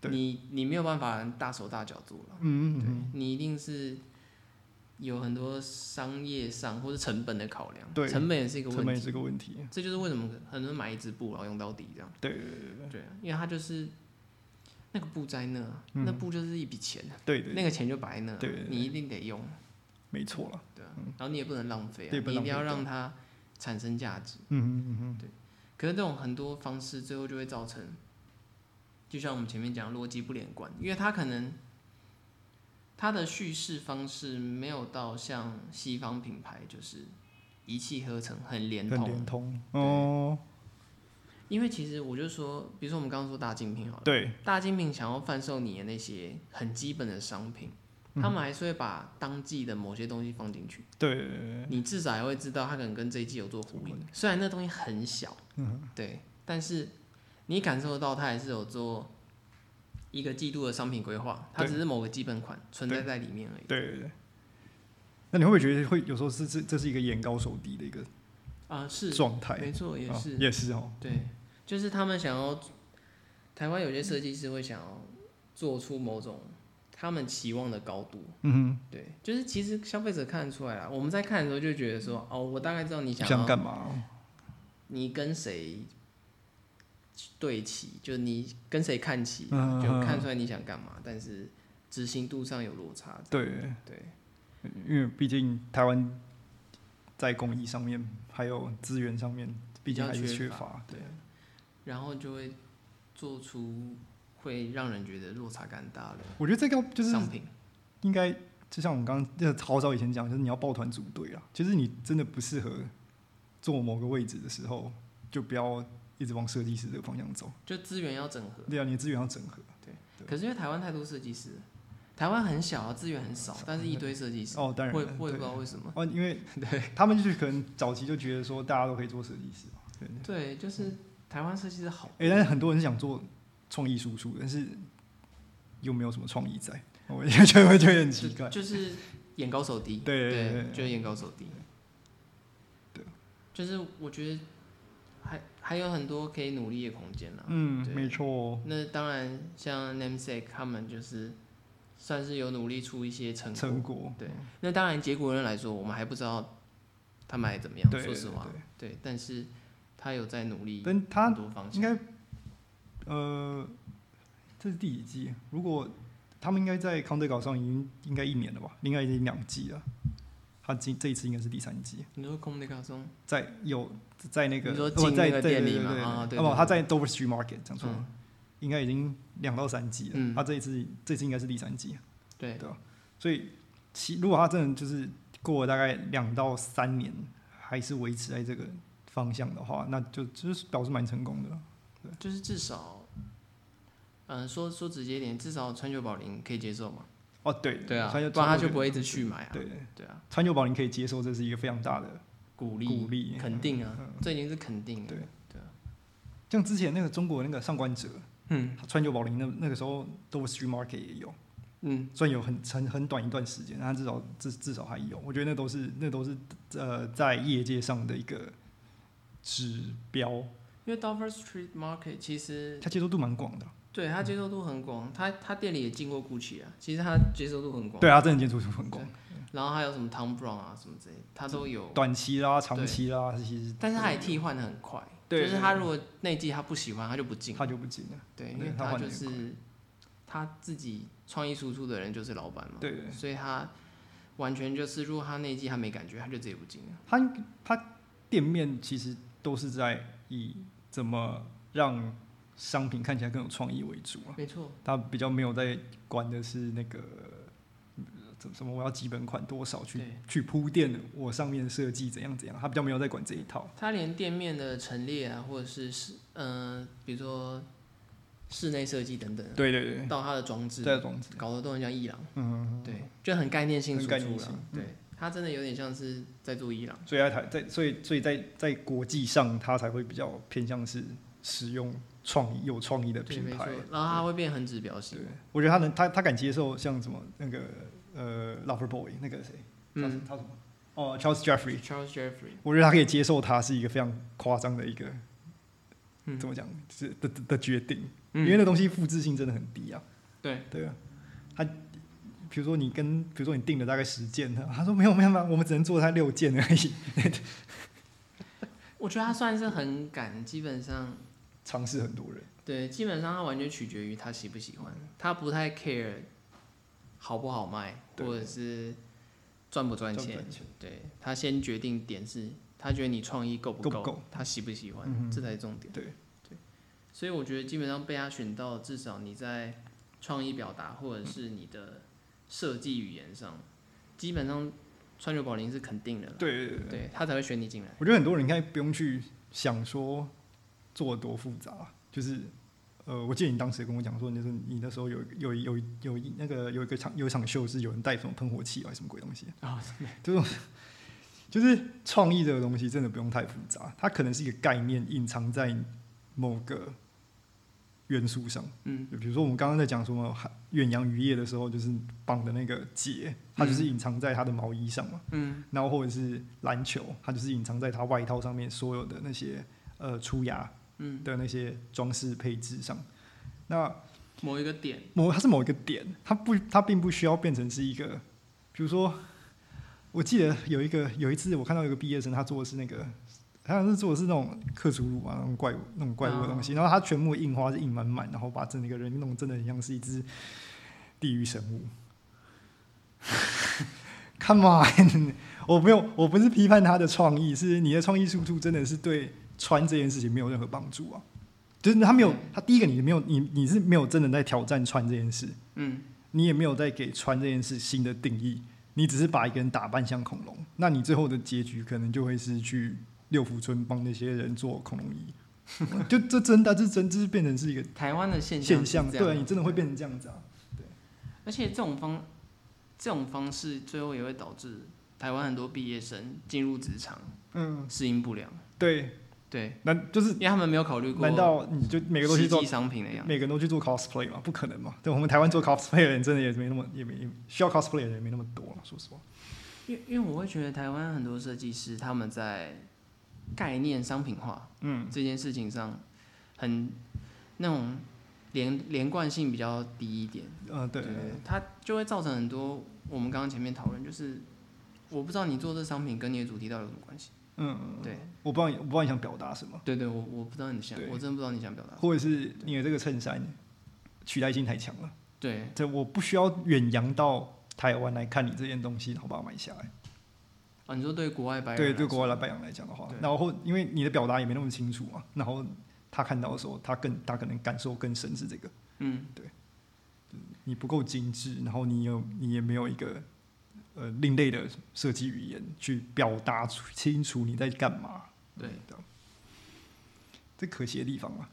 A: 对
B: 你你没有办法大手大脚做了，
A: 嗯
B: 对你一定是有很多商业上或者成本的考量，
A: 对
B: 成本也是一个
A: 成本
B: 问
A: 也
B: 题。
A: 是个问题。
B: 这就是为什么很多人买一支布然后用到底这样。
A: 对
B: 对啊，因为他就是那个布在那啊，那布就是一笔钱啊，
A: 对嗯对
B: 那
A: 对，
B: 个钱就摆那啊，
A: 对对对
B: 你一定得用，
A: 没错了。
B: 对啊，然后你也不能浪费啊，
A: 嗯对不
B: 你一
A: 能
B: 定要
A: 浪
B: 让它产生价值。
A: 嗯嗯嗯
B: 可是这种很多方式最后就会造成，就像我们前面讲的逻辑不连贯，因为它可能它的叙事方式没有到像西方品牌就是一气呵成、很连
A: 嗯，很
B: 通。
A: 连通。哦，
B: 因为其实我就说，比如说我们刚刚说大精品好了。
A: 对
B: 大精品想要贩售你的那些很基本的商品，
A: 嗯
B: 他们还是会把当季的某些东西放进去，
A: 对对对
B: 你至少还会知道它可能跟这一季有做呼应。虽然那东西很小，
A: 嗯
B: 对，但是你感受得到它还是有做一个季度的商品规划，它
A: 对
B: 只是某个基本款存在在里面而已。
A: 对对对。那你会不会觉得会有时候是这这是一个眼高手低的一个
B: 啊、是，
A: 状态？
B: 没错，也
A: 哦
B: 是，
A: 也是哦，
B: 对，就是他们想要，台湾有些设计师会想要做出某种他们期望的高度。
A: 嗯哼，
B: 对，就是其实消费者看得出来啦，我们在看的时候就觉得说，哦，我大概知道你想
A: 想
B: 要
A: 干嘛哦？
B: 你跟谁对齐，就你跟谁看齐，
A: 嗯
B: 就看出来你想干嘛，但是执行度上有落差。
A: 对，
B: 对，
A: 因为毕竟台湾在工艺上面还有资源上面，毕竟还是
B: 比
A: 缺
B: 较缺
A: 乏。对，
B: 然后就会做出会让人觉得落差感大
A: 我觉得这个就
B: 的
A: 是
B: 商品。
A: 应该，就像我们刚刚这好早以前讲，就是你要抱团组队啊，就是你真的不适合做某个位置的时候，就不要一直往设计师这个方向走。
B: 就资源要整合，
A: 对啊，你的资源要整合。
B: 可是因为台湾太多设计师，台湾很小啊，资源很少，但是一堆设计师，
A: 哦，当然
B: 我
A: 了
B: 也我也不知
A: 对
B: 道为什么。
A: 哦，因为他们就是可能早期就觉得说大家都可以做设计师嘛。对
B: 对，就是台湾设计师好
A: 哎、但是很多人是想做创意输出，但是又没有什么创意在，我也觉得会觉得很奇怪。
B: 就就是眼高手低，
A: 对对对对
B: 就是眼高手低。
A: 对，
B: 就是我觉得还还有很多可以努力的空间啦。
A: 嗯，
B: 对
A: 没错，
B: 那当然，像 Namesake 他们就是算是有努力出一些成果。
A: 成果
B: 对，那当然，结果论来说，我们还不知道他们还怎么样。
A: 对
B: 说实话，
A: 对
B: 对，但是他有在努力
A: 但他
B: 很多方
A: 应
B: 向。
A: 该呃，这是第几季？啊如果他们应该在康德稿上已经应该一年了吧？应该已经两季了。他今这一次应该是第三季，
B: 你说空的高中，
A: 在有在那个
B: 你说
A: 哦
B: 进
A: 在
B: 那个
A: 对对
B: 店里
A: 对
B: 嘛
A: 对
B: 啊对
A: 哦
B: 对
A: 不，
B: 对
A: 他在 Dover Street Market 讲错了
B: 嗯，
A: 应该已经两到三季了
B: 嗯。
A: 他这一次这次应该是第三季，
B: 对，
A: 所以其如果他真的就是过了大概两到三年，还是维持在这个方向的话，那就就是表示蛮成功的了。
B: 就是至少，嗯、说说直接一点，至少川久保玲可以接受嘛？
A: 哦，对
B: 对啊，不
A: 川久
B: 然他就
A: 川久
B: 不会一直去买啊。
A: 对
B: 对啊，
A: 川久保玲可以接受，这是一个非常大的
B: 鼓励
A: 鼓励。嗯
B: 肯定啊，这已经是肯定了。
A: 对
B: 对啊，
A: 像之前那个中国那个上官哲，
B: 嗯
A: 川久保玲那那个时候 d o v e Street Market 也有，
B: 嗯，
A: 虽然有很很很短一段时间，但他至少至至少还有，我觉得那都是那都是呃在业界上的一个指标，
B: 因为 Dover Street Market 其实
A: 它接受度蛮广的。
B: 对他接受度很广，他他店里也进过 GUCCI 啊，其实他接受度很广。
A: 对啊，真的接触度很广，
B: 然后还有什么 Tom Brown 啊什么之类的，他都有。
A: 短期啦、长期啦，其实
B: 但是他也替换的很快，
A: 对
B: 就是他如果那一季他不喜欢，他就不进。
A: 他就不进了。对
B: 对，因为
A: 他
B: 他
A: 换
B: 就
A: 得很
B: 是他自己创意输出的人就是老板嘛，
A: 对，
B: 所以他完全就是如果他那一季他没感觉，他就直接不进了。
A: 他他店面其实都是在以怎么让商品看起来更有创意为主啊，
B: 没错，
A: 他比较没有在管的是那个呃怎什么我要基本款多少去
B: 对
A: 去铺垫我上面的设计怎样怎样，他比较没有在管这一套。
B: 他连店面的陈列啊，或者是室嗯、比如说室内设计等等，
A: 对对
B: 到他的装置
A: 对，，在种子，
B: 搞得都很像伊朗，
A: 嗯，
B: 对，就很概念性
A: 很
B: 输
A: 概念
B: 出
A: 性嗯
B: 了，对。他真的有点像是在做伊朗，
A: 所以在台在所以所以在在国际上，它才会比较偏向是使用创意有创意的
B: 对，
A: 品
B: 没错
A: 牌。。
B: 然后他会变很指标性
A: 对，，我觉得他能，他他敢接受像什么那个呃，Lover Boy 那个谁，
B: 嗯
A: 他他什么？哦，Charles Jeffrey，
B: ，Charles Jeffrey，
A: 我觉得他可以接受，他是一个非常夸张的一个，
B: 嗯
A: 怎么讲，是的的的决定，
B: 嗯
A: 因为那东西复制性真的很低啊。
B: 对
A: 对啊，他比如说你跟比如说你定了大概十件，他他说没有没有没有，我们只能做他六件而已，
B: 我觉得他算是很敢，基本上
A: 尝试很多人。
B: 对，基本上它完全取决于他喜不喜欢，他不太 care 好不好卖，
A: 对
B: 或者是赚不赚
A: 赚
B: 钱
A: 不赚钱。
B: 对他先决定点是，他觉得你创意够不
A: 够不够
B: 他喜不喜欢，
A: 嗯哼
B: 这才是重点。
A: 对
B: 对，所以我觉得基本上被他选到，至少你在创意表达或者是你的设计语言上，基本上川久保玲是肯定的啦，
A: 对对对对，
B: 对他才会选你进来。
A: 我觉得很多人应该不用去想说做得多复杂，就是呃，我记得你当时跟我讲说，你就是你那时候有有有有一那个有一个场有一场秀是有人带什么喷火器啊，还是什么鬼东西，
B: 啊、
A: 就是创意这个东西真的不用太复杂，它可能是一个概念隐藏在某个元素上。
B: 嗯，
A: 比如说我们刚刚在讲什么海远洋渔业的时候，就是绑的那个结，它就是隐藏在它的毛衣上嘛。
B: 嗯，
A: 然后或者是篮球，它就是隐藏在它外套上面所有的那些呃出牙
B: 嗯，
A: 的那些装饰配置上。那
B: 某一个点，
A: 某它是某一个点，它不它并不需要变成是一个，比如说，我记得有一个有一次我看到有个毕业生，他做的是那个，他好像是做的是那种克苏鲁啊那种怪物那种怪物的东西，然后他全部印花是印满满，然后把整个人弄得真的很像是一只地狱生物。Come on，我没有，我不是批判他的创意，是你的创意输出真的是对穿这件事情没有任何帮助啊。就是他没有
B: 嗯，
A: 他第一个你没有，你你是没有真的在挑战穿这件事，
B: 嗯，
A: 你也没有在给穿这件事新的定义，你只是把一个人打扮像恐龙，那你最后的结局可能就会是去六福村帮那些人做恐龙衣，就这真的，这真这是变成是一个
B: 台湾的现象
A: 现
B: 哦是
A: 象，
B: 这样
A: 对你真的会变成这样子啊，
B: 而且这种方这种方式，最后也会导致台湾很多毕业生进入职场
A: 嗯，
B: 适应不良，
A: 对，
B: 对，
A: 难就是
B: 因为他们没有考虑过
A: 难道你就每个都去
B: 实
A: 做
B: 际商品的样子，
A: 每个人都去做 cosplay 嘛？不可能嘛？对，我们台湾做 cosplay 的人真的也没那么也没需要 cosplay 的人也没那么多了，说实话。
B: 因为因为我会觉得台湾很多设计师他们在概念商品化
A: 嗯，
B: 这件事情上很那种连连贯性比较低一点，
A: 呃，对，
B: 它就会造成很多我们刚刚前面讨论，就是我不知道你做这商品跟你的主题到底有什么关系，
A: 嗯，
B: 对
A: 我不知道你，我不知道你想表达什么，
B: 对对，我我不知道你想，
A: 对
B: 我真的不知道你想表达什么。
A: 或者是你的这个衬衫取代性太强了，
B: 对，
A: 这我不需要远洋到台湾来看你这件东西，然后把它买下来。
B: 啊，你说对国外白人
A: 对，
B: 来
A: 对国外
B: 说
A: 来拜洋来讲的话
B: 对，
A: 然后因为你的表达也没那么清楚嘛，然后他看到的时候，他更他可能感受更深是这个，
B: 嗯，
A: 你不够精致，然后你有你也没有一个呃另类的设计语言去表达出清楚你在干嘛，
B: 对
A: 嗯，这样这可惜的地方嘛，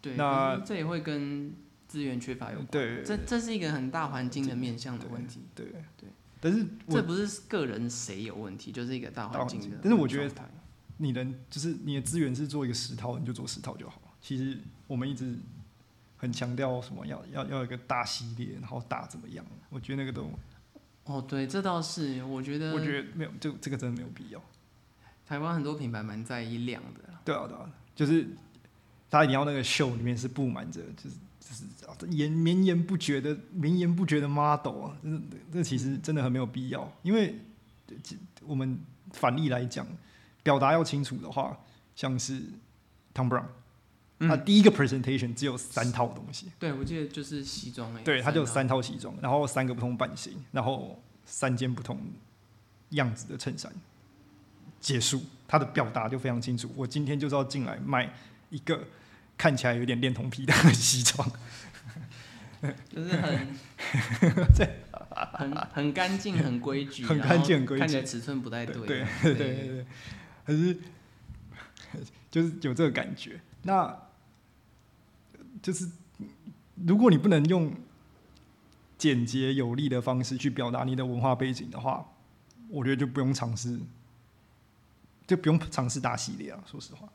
B: 对，
A: 那
B: 可是这也会跟资源缺乏有关。
A: 对
B: 这这是一个很大环境的面向的问题，
A: 对
B: 对，
A: 但是
B: 这
A: 我
B: 不是个人谁有问题，就是一个大
A: 大
B: 环
A: 环
B: 境
A: 境
B: 的状态。
A: 但是我觉得你能就是你的资源是做一个十套，你就做十套就好。其实我们一直很强调什么要要要有一个大系列，然后大怎么样？我觉得那个都，
B: 哦，对，这倒是，我觉得
A: 我觉得没有，就这个真的没有必要。
B: 台湾很多品牌蛮在意量的啦，
A: 对啊，对啊，就是他一定要那个秀里面是布满着，就是就是延绵延不绝的绵延不绝的 model 啊，这这其实真的很没有必要，因为这这我们反例来讲，表达要清楚的话，像是 Tom Brown，、他第一个 presentation 只有三套东西，
B: 对，我记得就是西装哎，
A: 对，他就有
B: 套
A: 三套西装，然后三个不同版型，然后三件不同样子的衬衫，结束。他的表达就非常清楚，我今天就是要进来卖一个看起来有点恋童皮的西装，
B: 就是 很很很干净、很规矩，
A: 很
B: 然
A: 干
B: 后
A: 净很规
B: 看起
A: 矩
B: 来尺寸不太
A: 对
B: 对
A: 对
B: 啊，
A: 对对对，还是就是有这个感觉。那就是如果你不能用简洁有力的方式去表达你的文化背景的话，我觉得就不用尝试，就不用尝试大系列啊。说实话，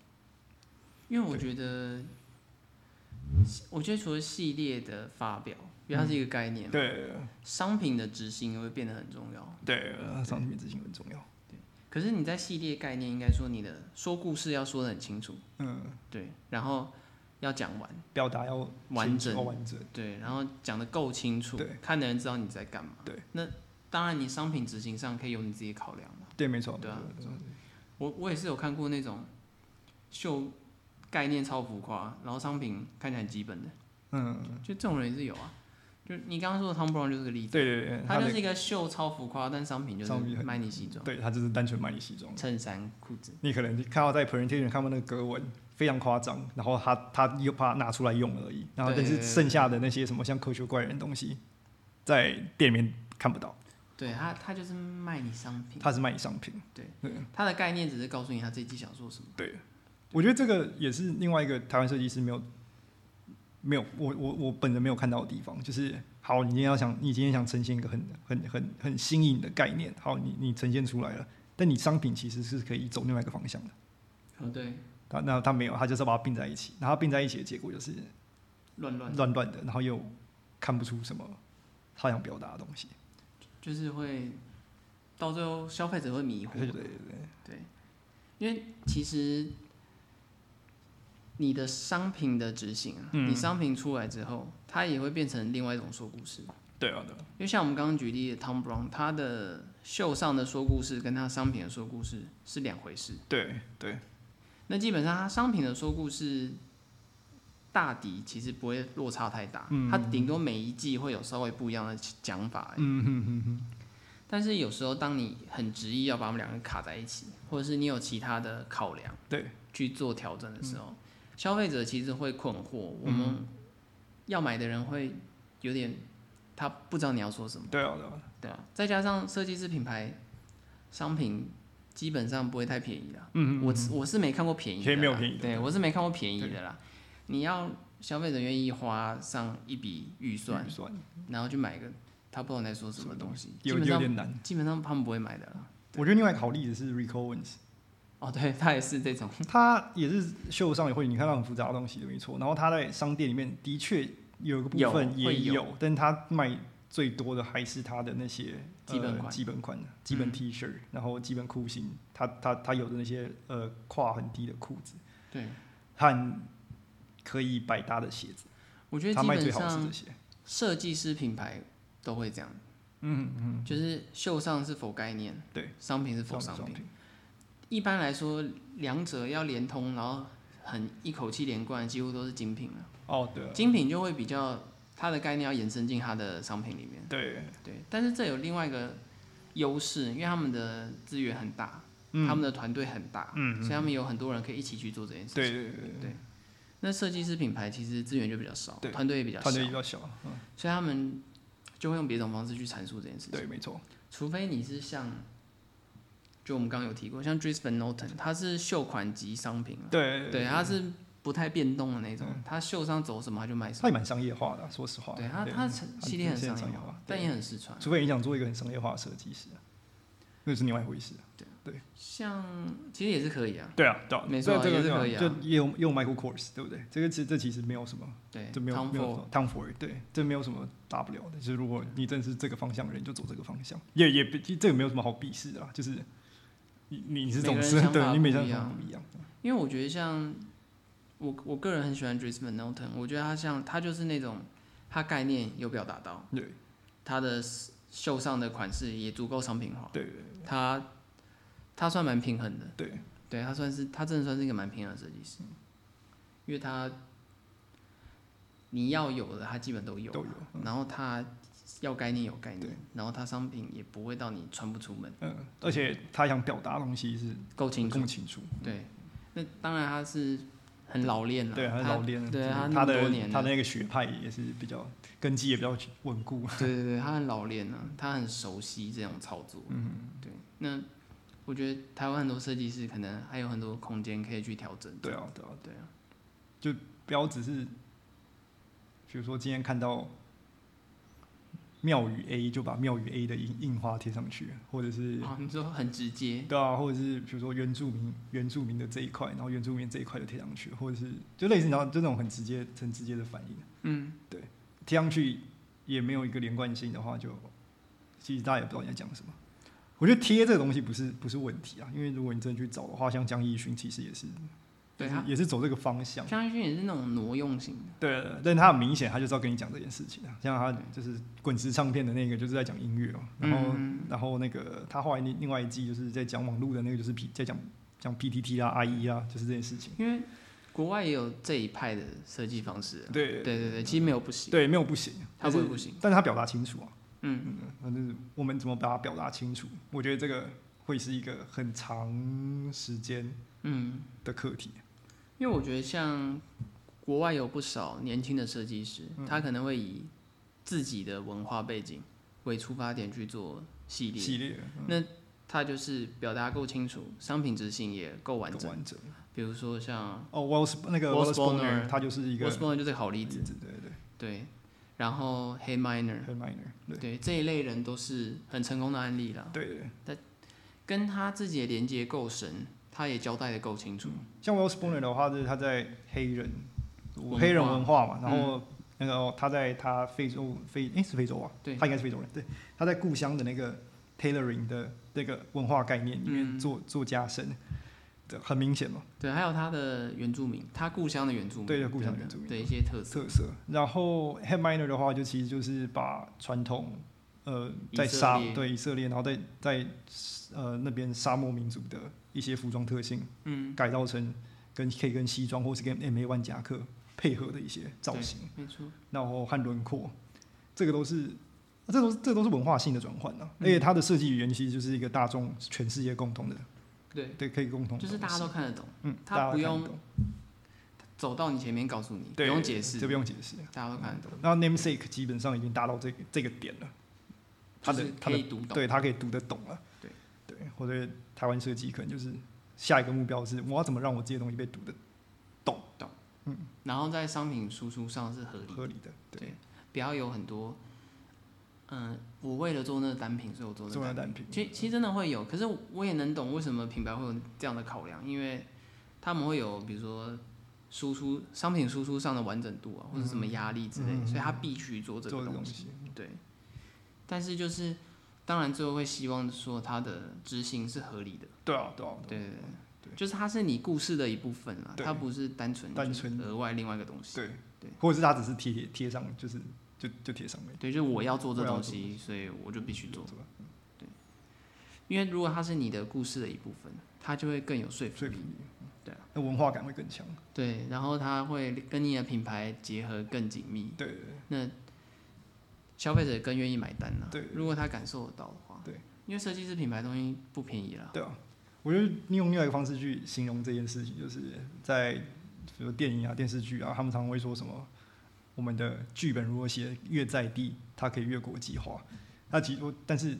B: 因为我
A: 对
B: 觉得，我觉得除了系列的发表，因为它是一个概念嘛，
A: 对
B: 商品的执行也会变得很重要。
A: 对，商品执行很重要。
B: 可是你在系列概念，应该说你的说故事要说的很清楚，
A: 嗯，
B: 对，然后要讲完，
A: 表达要
B: 完整
A: 清楚完整。
B: 对，然后讲的够清楚
A: 对，
B: 看的人知道你在干嘛。
A: 对，
B: 那当然你商品执行上可以有你自己的考量嘛。
A: 对，没错。
B: 对啊
A: 没错
B: 我我也是有看过那种秀概念超浮夸，然后商品看起来很基本的，
A: 嗯，
B: 就这种人也是有啊。就你刚刚说的 Tom Brown 就是个例子，
A: 对对对，
B: 他
A: 的
B: 就是一个秀超浮夸，但商品就是
A: 商品很
B: 卖你西装、
A: 对他就是单纯卖你西装。
B: 衬衫、裤子。
A: 你可能看到在 presentation 看到那个格纹非常夸张，然后他他又把它拿出来用而已，然后但
B: 对
A: 是剩下的那些什么像科学怪人的东西，在店里面看不到，
B: 对他，他就是卖你商品。
A: 他是卖你商品。
B: 他的概念只是告诉你他这一季想说什么。
A: 对，我觉得这个也是另外一个台湾设计师没有没有我我我本人没有看到的地方，就是好，你今天要想你今天想呈现一个很很很很新颖的概念，好，你你呈现出来了，但你商品其实是可以走另外一个方向的。嗯
B: 哦，对，
A: 他那他没有，他就是要把它并在一起，然后并在一起的结果就是
B: 乱乱
A: 乱乱的，然后又看不出什么他想表达的东西。
B: 就是会到最后消费者会
A: 对
B: 迷惑
A: 对。对
B: 对，因为其实你的商品的执行啊，
A: 嗯
B: 你商品出来之后，它也会变成另外一种说故事。
A: 对啊对啊，
B: 因为像我们刚刚举例的 Tom Brown，他的秀上的说故事跟他商品的说故事是两回事。
A: 对对
B: 那基本上他商品的说故事大抵其实不会落差太大，
A: 嗯
B: 他顶多每一季会有稍微不一样的讲法而已。
A: 嗯哼哼哼，
B: 但是有时候当你很执意要把我们两个卡在一起，或者是你有其他的考量
A: 对
B: 去做调整的时候，消费者其实会困惑，我
A: 嗯
B: 们要买的人会有点他不知道你要说什么，
A: 对啊对啊，
B: 对吧？再加上设计师品牌商品基本上不会太便宜啦。
A: 嗯
B: 我是我是没看过便宜的啦，
A: 便宜没有便宜的
B: 对我是没看过便宜的啦。你要消费者愿意花上一笔预算
A: 预，算
B: 然后去买一个他不知道你在说什么东西，
A: 嗯
B: 基
A: 有
B: 本
A: 有
B: 上
A: 点难。
B: 基本上他们不会买的啦。
A: 我觉得另外一个好例子是 Rico Owens，
B: 哦，对他也是这种，
A: 他也是秀上也会你看到很复杂的东西，没错。然后他在商店里面的确有一个部分
B: 有会
A: 也
B: 有
A: 但他卖最多的还是他的那些
B: 基本款
A: 呃、基本款、基本
B: 嗯
A: T 恤，然后基本裤型，他他他有的那些呃胯很低的裤子
B: 对
A: 和可以百搭的鞋子，
B: 我觉得
A: 他
B: 基
A: 卖
B: 本
A: 最好的是
B: 上
A: 这些。
B: 设计师品牌都会这样，
A: 嗯嗯，
B: 就是秀上是否概念，
A: 对，
B: 商品是否
A: 商
B: 商
A: 品，
B: 一一般来说，两者要连通，然后很一口气连贯，几乎都是精品了。
A: 哦，对啊
B: 精品就会比较它的概念要延伸进它的商品里面。
A: 对，
B: 对，但是这有另外一个优势，因为他们的资源很大，他们的团队很大，
A: 嗯
B: 所以他们有很多人可以一起去做这件事情。
A: 对对对
B: 对那设计师品牌其实资源就比较少，
A: 对
B: 团队也比较
A: 对，
B: 少
A: 团，队比较小，嗯，
B: 所以他们就会用别种方式去阐述这件事情。
A: 对，没错，
B: 除非你是像，就我们刚刚有提过，像 Dries Van Noten，它是秀款级商品啊，
A: 对
B: 对，它是不太变动的那种
A: 嗯，
B: 它秀上走什么它就卖什
A: 它
B: 么
A: 也，蛮商业化的啊，说实话，
B: 对它它系列很商业
A: 啊
B: 化，但也很实穿。
A: 除非你想做一个很商业化的设计师，啊那是另外一回事。啊
B: 像其实也是可以啊，
A: 对啊，对啊，
B: 没错啊
A: 这个
B: 也是可以啊
A: 就也有也有 Michael Kors，对不对？这个其实这其实没有什么，
B: 对
A: 这没有
B: ，Tom
A: 没有
B: Ford
A: 什么 Tom Ford，对，这没有什么大不了的。就是如果你真的是这个方向的人，就走这个方向，也也不这个没有什么好鄙视的啦。就是你你你是总
B: 每个人
A: 是
B: 想法
A: 对你每
B: 不
A: 项
B: 一样
A: 法不一样，啊
B: 因为我觉得像我我个人很喜欢 Dries Van Noten，我觉得他像他就是那种他概念有表达到，
A: 对
B: 他的秀上的款式也足够商品化，
A: 对对
B: 他他算蛮平衡的，
A: 对
B: 对他算是他真的算是一个蛮平衡的设计师，
A: 嗯
B: 因为他你要有的他基本都有，
A: 都有，嗯
B: 然后他要概念有概
A: 对
B: 念，然后他商品也不会到你穿不出门，
A: 嗯，而且他想表达的东西是
B: 够清楚
A: 更，清楚，
B: 对，那当然他是很老练了，
A: 对，他
B: 啊
A: 是
B: 他
A: 老练了，
B: 对啊
A: 就是
B: 他那
A: 他
B: 么多
A: 的
B: 年了
A: 他的那个学派也是比较根基也比较稳固，
B: 对对对，他很老练啊，他很熟悉这种操作。
A: 嗯，
B: 对，那我觉得台湾很多设计师可能还有很多空间可以去调整。
A: 对啊对啊。
B: 对啊，
A: 不要只是，比如说今天看到庙宇 A 就把庙宇 A 的印印花贴上去，或者是
B: 哦，你说很直接，
A: 对啊，或者是比如说原住民原住民的这一块，然后原住民这一块就贴上去，或者是就类似然后这种很直接很直接的反应，
B: 嗯，
A: 贴上去也没有一个连贯性的话就，其实大家也不知道你在讲什么。我觉得贴这个东西不是不是问题啊，因为如果你真的去找的话，像江一勋其实也是，
B: 对
A: 就是
B: 他，
A: 也是走这个方向。
B: 江一勋也是那种挪用型的，
A: 对，但是他很明显，他就是要跟你讲这件事情啊。像他就是滚石唱片的那个，就是在讲音乐哦、然后，
B: 嗯
A: 然后那个他后来另另外一季就是在讲网络的那个，就是 P 在讲讲 PTT 啊、IE 啊，就是这件事情。
B: 因为国外也有这一派的设计方式啊。
A: 对
B: 对对对，其实没有不行，
A: 对，没有不行，
B: 他
A: 但
B: 不
A: 是
B: 会不行。
A: 但是他表达清楚啊。
B: 嗯，
A: 嗯，反正我们怎么把它表达清楚，我觉得这个会是一个很长时间
B: 嗯，
A: 的课题。
B: 因为我觉得像国外有不少年轻的设计师，
A: 嗯
B: 他可能会以自己的文化背景为出发点去做系列，
A: 系列
B: 它就是表达够清楚，商品执行也够完
A: 更
B: 整。
A: 完整。
B: 比如说像
A: 哦，Wells 那个 Wells
B: Wells
A: Bonner，
B: Bonner，
A: 他就是一
B: w
A: 个
B: o s b o n 就是个好例子，
A: 对对对，
B: 对。然后 Hey Miner，
A: 很 minor，对
B: 对这一类人都是很成功的案例啦，
A: 对对。
B: 跟他自己的连接够深，他也交代的够清楚。
A: 像 Will Spooner 的话，就是他在黑人
B: 文化嗯
A: 黑人文化嘛，然后那个哦他在他非洲非诶是非洲啊，
B: 对
A: 他应该是非洲人，对，他在故乡的那个 tailoring 的那个文化概念里面
B: 嗯
A: 做、做加深，这很明显嘛，
B: 对，还有他的原住民，他故乡的原住民，
A: 对故乡的原住民
B: 对一些特色，
A: 特色。然后 Head Miner 的话，就其实就是把传统呃在
B: 以色
A: 沙
B: 列
A: 对以色列，然后在在呃那边沙漠民族的一些服装特性
B: 嗯，
A: 改造成跟可以跟西装或是跟 M A 万夹克配合的一些造
B: 对
A: 型。
B: 没错，
A: 然后和轮廓，这个都是，这都是这都是文化性的转换啊。
B: 嗯
A: 而且它的设计语言其实就是一个大众全世界共同的，
B: 对，
A: 对，可以共同的东西，
B: 就是大家都看得懂，
A: 嗯，
B: 他
A: 大家都
B: 不
A: 看得
B: 用
A: 懂
B: 走到你前面告诉你，不
A: 对
B: 用解释
A: 这，不用解释。
B: 大家都看得懂，
A: 那 namesake 基本上已经达到这个这个点了，他的
B: 就是
A: 他
B: 可
A: 的
B: 以读懂，
A: 对他可以读得懂了。
B: 对
A: 对，或者台湾设计可能就是下一个目标是我要怎么让我这些东西被读得
B: 然后在商品输出上是合理的
A: 合理的，对，
B: 不要有很多，嗯、我为了做那个单品，所以我做那
A: 重
B: 个
A: 要
B: 单
A: 单
B: 品。
A: 品。
B: 其实其实真的会有，可是我也能懂为什么品牌会有这样的考量，因为他们会有比如说输出商品输出上的完整度啊，或者什么压力之类，
A: 嗯嗯嗯嗯
B: 所以他必须做这
A: 做
B: 个
A: 这
B: 东
A: 东
B: 西。
A: 西，
B: 对，但是就是当然最后会希望说它的执行是合理的，
A: 对啊，对啊，
B: 对对
A: 对
B: 就是它是你故事的一部分啊，
A: 对
B: 它不是单纯
A: 单纯
B: 就是额外另外一个东西。
A: 对
B: 对，
A: 或者是他只是贴贴上，就是就就贴上面。
B: 对，就是我要做这
A: 我要
B: 东嗯
A: 做
B: 西，所以我就必须做
A: 做。
B: 对，因为如果它是你的故事的一部分，它就会更有说服
A: 所以
B: 力。啊
A: 那文化感会更强。
B: 对，然后它会跟你的品牌结合更紧密，
A: 对对对
B: 那消费者更愿意买单了、
A: 对
B: 如果他感受得到的话，
A: 对，
B: 因为设计师品牌的东西不便宜啦。
A: 对啊，我觉得你用另外一个方式去形容这件事情，就是在比如电影啊、电视剧啊，他们常常会说什么，我们的剧本如果写得越在地，它可以越国际化。它其实，但是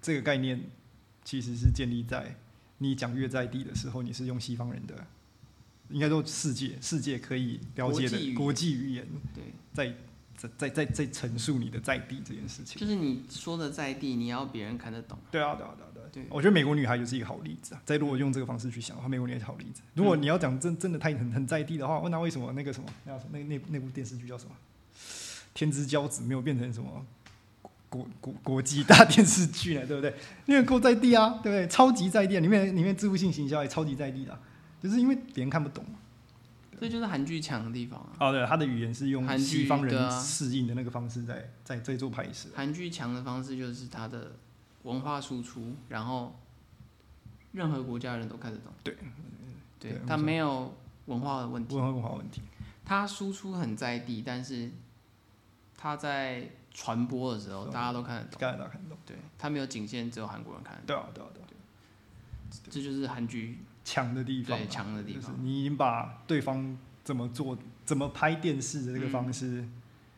A: 这个概念其实是建立在你讲越在地的时候，你是用西方人的，应该说世界世界可以了解
B: 国际语
A: 的
B: 言
A: 国际语言，
B: 对，
A: 在在在在在陈述你的在地这件事情。
B: 就是你说的在地，你要别人看得懂。
A: 对啊，对啊，对啊，对啊
B: 对
A: 我觉得美国女孩就是一个好例子啊。在如果用这个方式去想的话，美国女孩是好例子。如果你要讲真真的太很很在地的话，哦那为什么那个什么那叫什么那那那部电视剧叫什么《天之骄子》没有变成什么国国国际大电视剧呢？对不对？因为够在地啊，对不对？超级在地、啊，里面里面自负性行销也超级在地的啊、就是因为别人看不懂嘛。
B: 这就是韩剧强的地方啊！
A: 哦，对，他的语言是用
B: 韩剧
A: 西方
B: 对
A: 人
B: 啊
A: 适应的那个方式在在在做拍摄。
B: 韩剧强的方式就是它的文化输出，然后任何国家的人都看得懂。
A: 对，
B: 对
A: 对，
B: 它
A: 没错
B: 没有文化的问题，
A: 文化文化问题，
B: 它输出很在地，但是它在传播的时候
A: 是啊
B: 大家都看得懂。
A: 刚才大家看得懂。
B: 对，它没有仅限只有韩国人看得懂，
A: 对啊，对啊，对啊，
B: 这就是韩剧
A: 强的地方啊、
B: 对强的地
A: 就是
B: 方。
A: 你已经把对方怎么做、怎么拍电视的这个方式
B: 嗯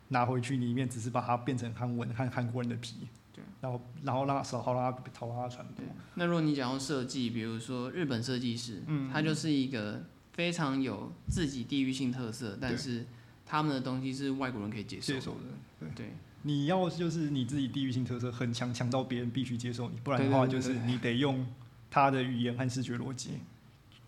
A: 拿回去，里面只是把它变成韩文、韩韩国人的皮，
B: 对，
A: 然后然后让它少好让它好让它传播
B: 对，，那如果你讲到设计，比如说日本设计师，嗯，他就是一个非常有自己地域性特色，但是他们的东西是外国人可以接受
A: 接
B: 的。
A: 受的。对，
B: 对
A: 你要就是你自己地域性特色很强，强到别人必须接受你，不然的话
B: 对
A: 就
B: 对对
A: 是你得用他的语言和视觉逻辑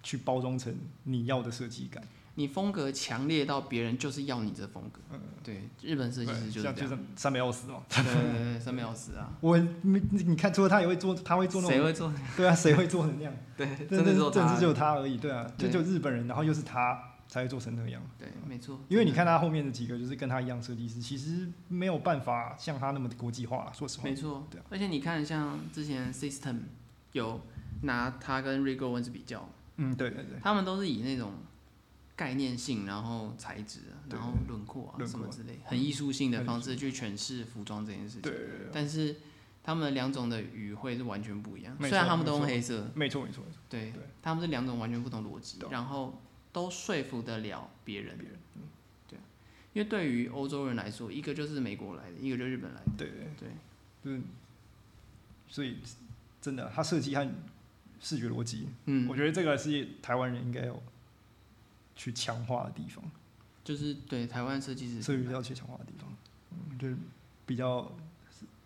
A: 去包装成你要的设计感。
B: 你风格强烈到别人就是要你这风格。
A: 嗯，
B: 对，日本设计师就是
A: 对像
B: 这
A: 就
B: 样。
A: 是三百要死哦。
B: 对对对对，三秒死啊！
A: 我你你看，除了他也会做，他会 做那
B: 谁
A: 种，
B: 会 做？
A: 对啊，谁会做成那样？
B: 对，
A: 真
B: 真
A: 的
B: 的
A: 是
B: 只有
A: 政治
B: 他
A: 只。有他而已，对啊，就
B: 对
A: 就日本人，然后又是他才会做成那样。
B: 对，没错。
A: 因为你看他后面的几个就是跟他一样设计师，其实没有办法像他那么的国际化啦，说实话
B: 没。错
A: 对啊，
B: 而且你看，像之前 System 有拿他跟 r i g o Owens 比较，
A: 嗯，对对对，
B: 他们都是以那种概念性，然后材质啊，
A: 对
B: 然后轮廓啊
A: 轮廓
B: 什么之类，很艺术性的方式去诠释服装这件事情。
A: 对对对对，
B: 但是他们两种的语汇是完全不一样，
A: 没错
B: 虽然他们都用黑色，
A: 没错没错没错，
B: 对
A: 对，
B: 他们是两种完全不同逻辑
A: 对，
B: 然后都说服得了别人。
A: 别人
B: 因为对于欧洲人来说，一个就是美国来的，一个就是日本来的，
A: 对对对
B: 对，
A: 就是所以真的他设计和视觉逻辑，
B: 嗯，
A: 我觉得这个是台湾人应该要去强化的地方，
B: 就是对台湾设计师
A: 设计要去强化的地方，嗯，就是比较。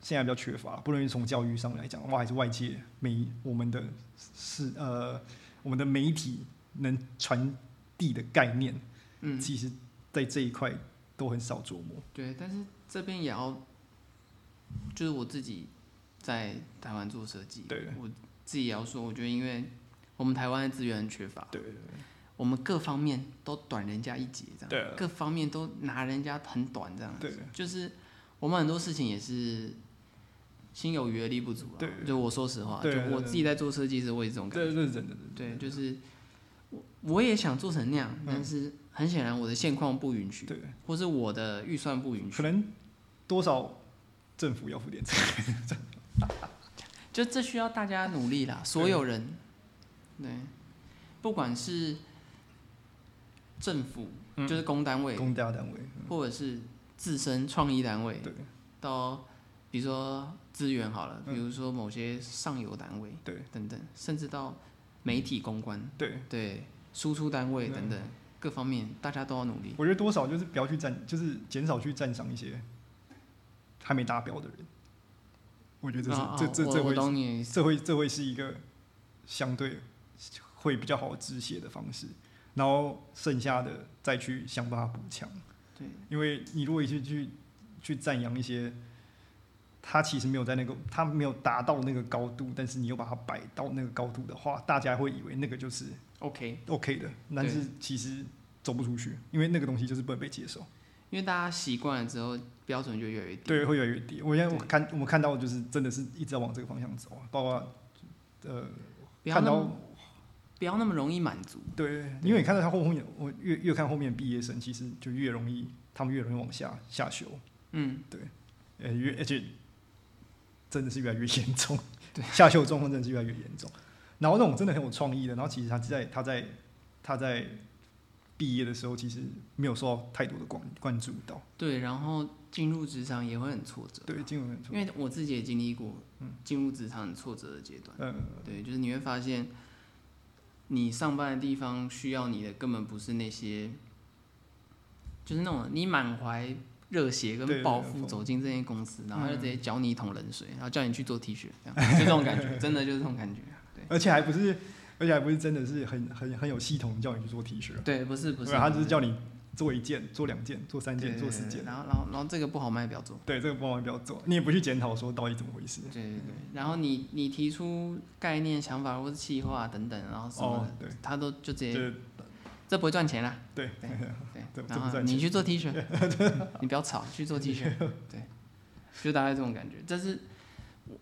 A: 现在比较缺乏，不论是从教育上来讲，哇，还是外界媒我们的是呃我们的媒体能传递的概念，
B: 嗯，
A: 其实在这一块都很少琢磨。
B: 对，但是这边也要，就是我自己在台湾做设计，
A: 对
B: 我自己也要说，我觉得因为我们台湾的资源很缺乏，
A: 对
B: 我们各方面都短人家一截，这样，
A: 对啊
B: 各方面都拿人家很短，这样，
A: 对，
B: 就是我们很多事情也是心有余而力不足啊，
A: 对
B: 就我说实话，
A: 对
B: 就
A: 对
B: 我
A: 对
B: 自己在做设计时，我也是这种感觉，
A: 这这是真的，
B: 对，就是我我也想做成那样，但是很显然我的现况不允
A: 嗯
B: 许，
A: 对，
B: 或是我的预算不允许
A: 可。能多少政府要负点责任。
B: 就这需要大家努力啦，所有人，对，不管是政府，
A: 嗯
B: 就是公单位，
A: 公家单位，嗯
B: 或者是自身创意单位，
A: 对
B: 到比如说资源好了，
A: 嗯
B: 比如说某些上游单位，
A: 对嗯
B: 等等，甚至到媒体公关，
A: 对，
B: 对，输出单位
A: 嗯
B: 等等各方面，大家都要努力。
A: 我觉得多少就是不要去赞，就是减少去赞赏一些还没达标的人。我觉得这是、
B: 啊啊
A: 这这
B: 我
A: 这
B: 我
A: 会
B: 懂你的意思，
A: 这会这会是一个相对会比较好止血的方式，然后剩下的再去想办法补强。
B: 对，
A: 因为你如果一直去去赞扬一些他其实没有在那个他没有达到那个高度，但是你又把它摆到那个高度的话，大家会以为那个就是
B: OK，
A: OK 的，但是其实走不出去，因为那个东西就是不能被接受，
B: 因为大家习惯了之后，标准就越来越低。
A: 对，会越来越低。我现在
B: 对
A: 我看我们看到就是真的是一直在往这个方向走啊，包括呃看
B: 要那
A: 到
B: 么不要那么容易满足。
A: 对，因为你看到他后后面，我越越看后面毕业生，其实就越容易，他们越容易往下下修，
B: 嗯，
A: 呃，越而且真的是越来越严重，对， 下修的状况真的是越来越严重。然后那种真的很有创意的，然后其实他在他在他在毕业的时候，其实没有受到太多的关关注到，
B: 对，然后进入职场也会很挫折。
A: 对，，嗯金融很
B: 因为我自己也经历过进入职场很挫折的阶段。
A: 呃，
B: 对，就是你会发现，你上班的地方需要你的根本不是那些，就是那种你满怀热血跟
A: 对嗯
B: 抱
A: 没
B: 负
A: 错
B: 走进这些公司，然后他就直接浇你一桶冷水，然后叫你去做 T 恤，这样就这种感觉，真的就是这种感觉。啊
A: 而且还不是，而且还不是真的是很很很有系统叫你去做 T 恤，
B: 对，不是不是，
A: 对他只
B: 不
A: 是叫你做一件、做两件、做三
B: 对
A: 件、
B: 对
A: 做
B: 对
A: 四
B: 对
A: 件，
B: 然后然后然后这个不好卖，不要做。
A: 对，这个帮忙不要做，你也不去检讨说到底怎么回事。
B: 对对对，然后你你提出概念、想法或是企划等等，然后什么
A: 哦
B: 的，，
A: 对，
B: 他都就直接
A: 这
B: 这不会赚钱啦。啊
A: 对
B: 对对
A: 这，这
B: 然
A: 不
B: 后
A: 赚
B: 你
A: 钱
B: 去做 T 恤， 你不要吵，去做 T 恤，对，就大概这种感觉。这是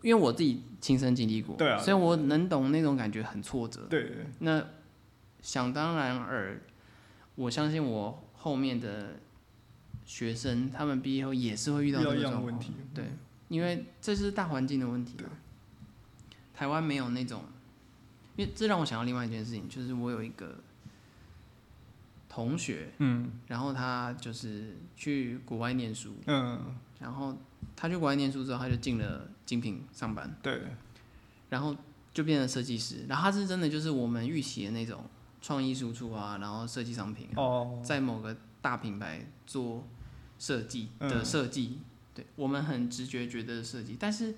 B: 因为我自己亲身经历过，
A: 对啊
B: 所以我能懂那种感觉很挫折。
A: 对对
B: 那想当然尔，我相信我后面的学生，他们毕业后也是会遇到
A: 遇
B: 这
A: 到
B: 个
A: 一样的
B: 状
A: 问
B: 况
A: 题，
B: 对，因为这是大环境的问题
A: 对
B: 嘛。台湾没有那种，因为这让我想到另外一件事情，就是我有一个同学，
A: 嗯
B: 然后他就是去国外念书，
A: 嗯，
B: 然后他去国外念书之后，他就进了精品上班，
A: 对
B: 然后就变成设计师。然后他是真的就是我们预期的那种创意输出啊，然后设计商品啊、
A: 哦，
B: 在某个大品牌做设计的
A: 嗯
B: 设计，对我们很直觉觉得设计，但是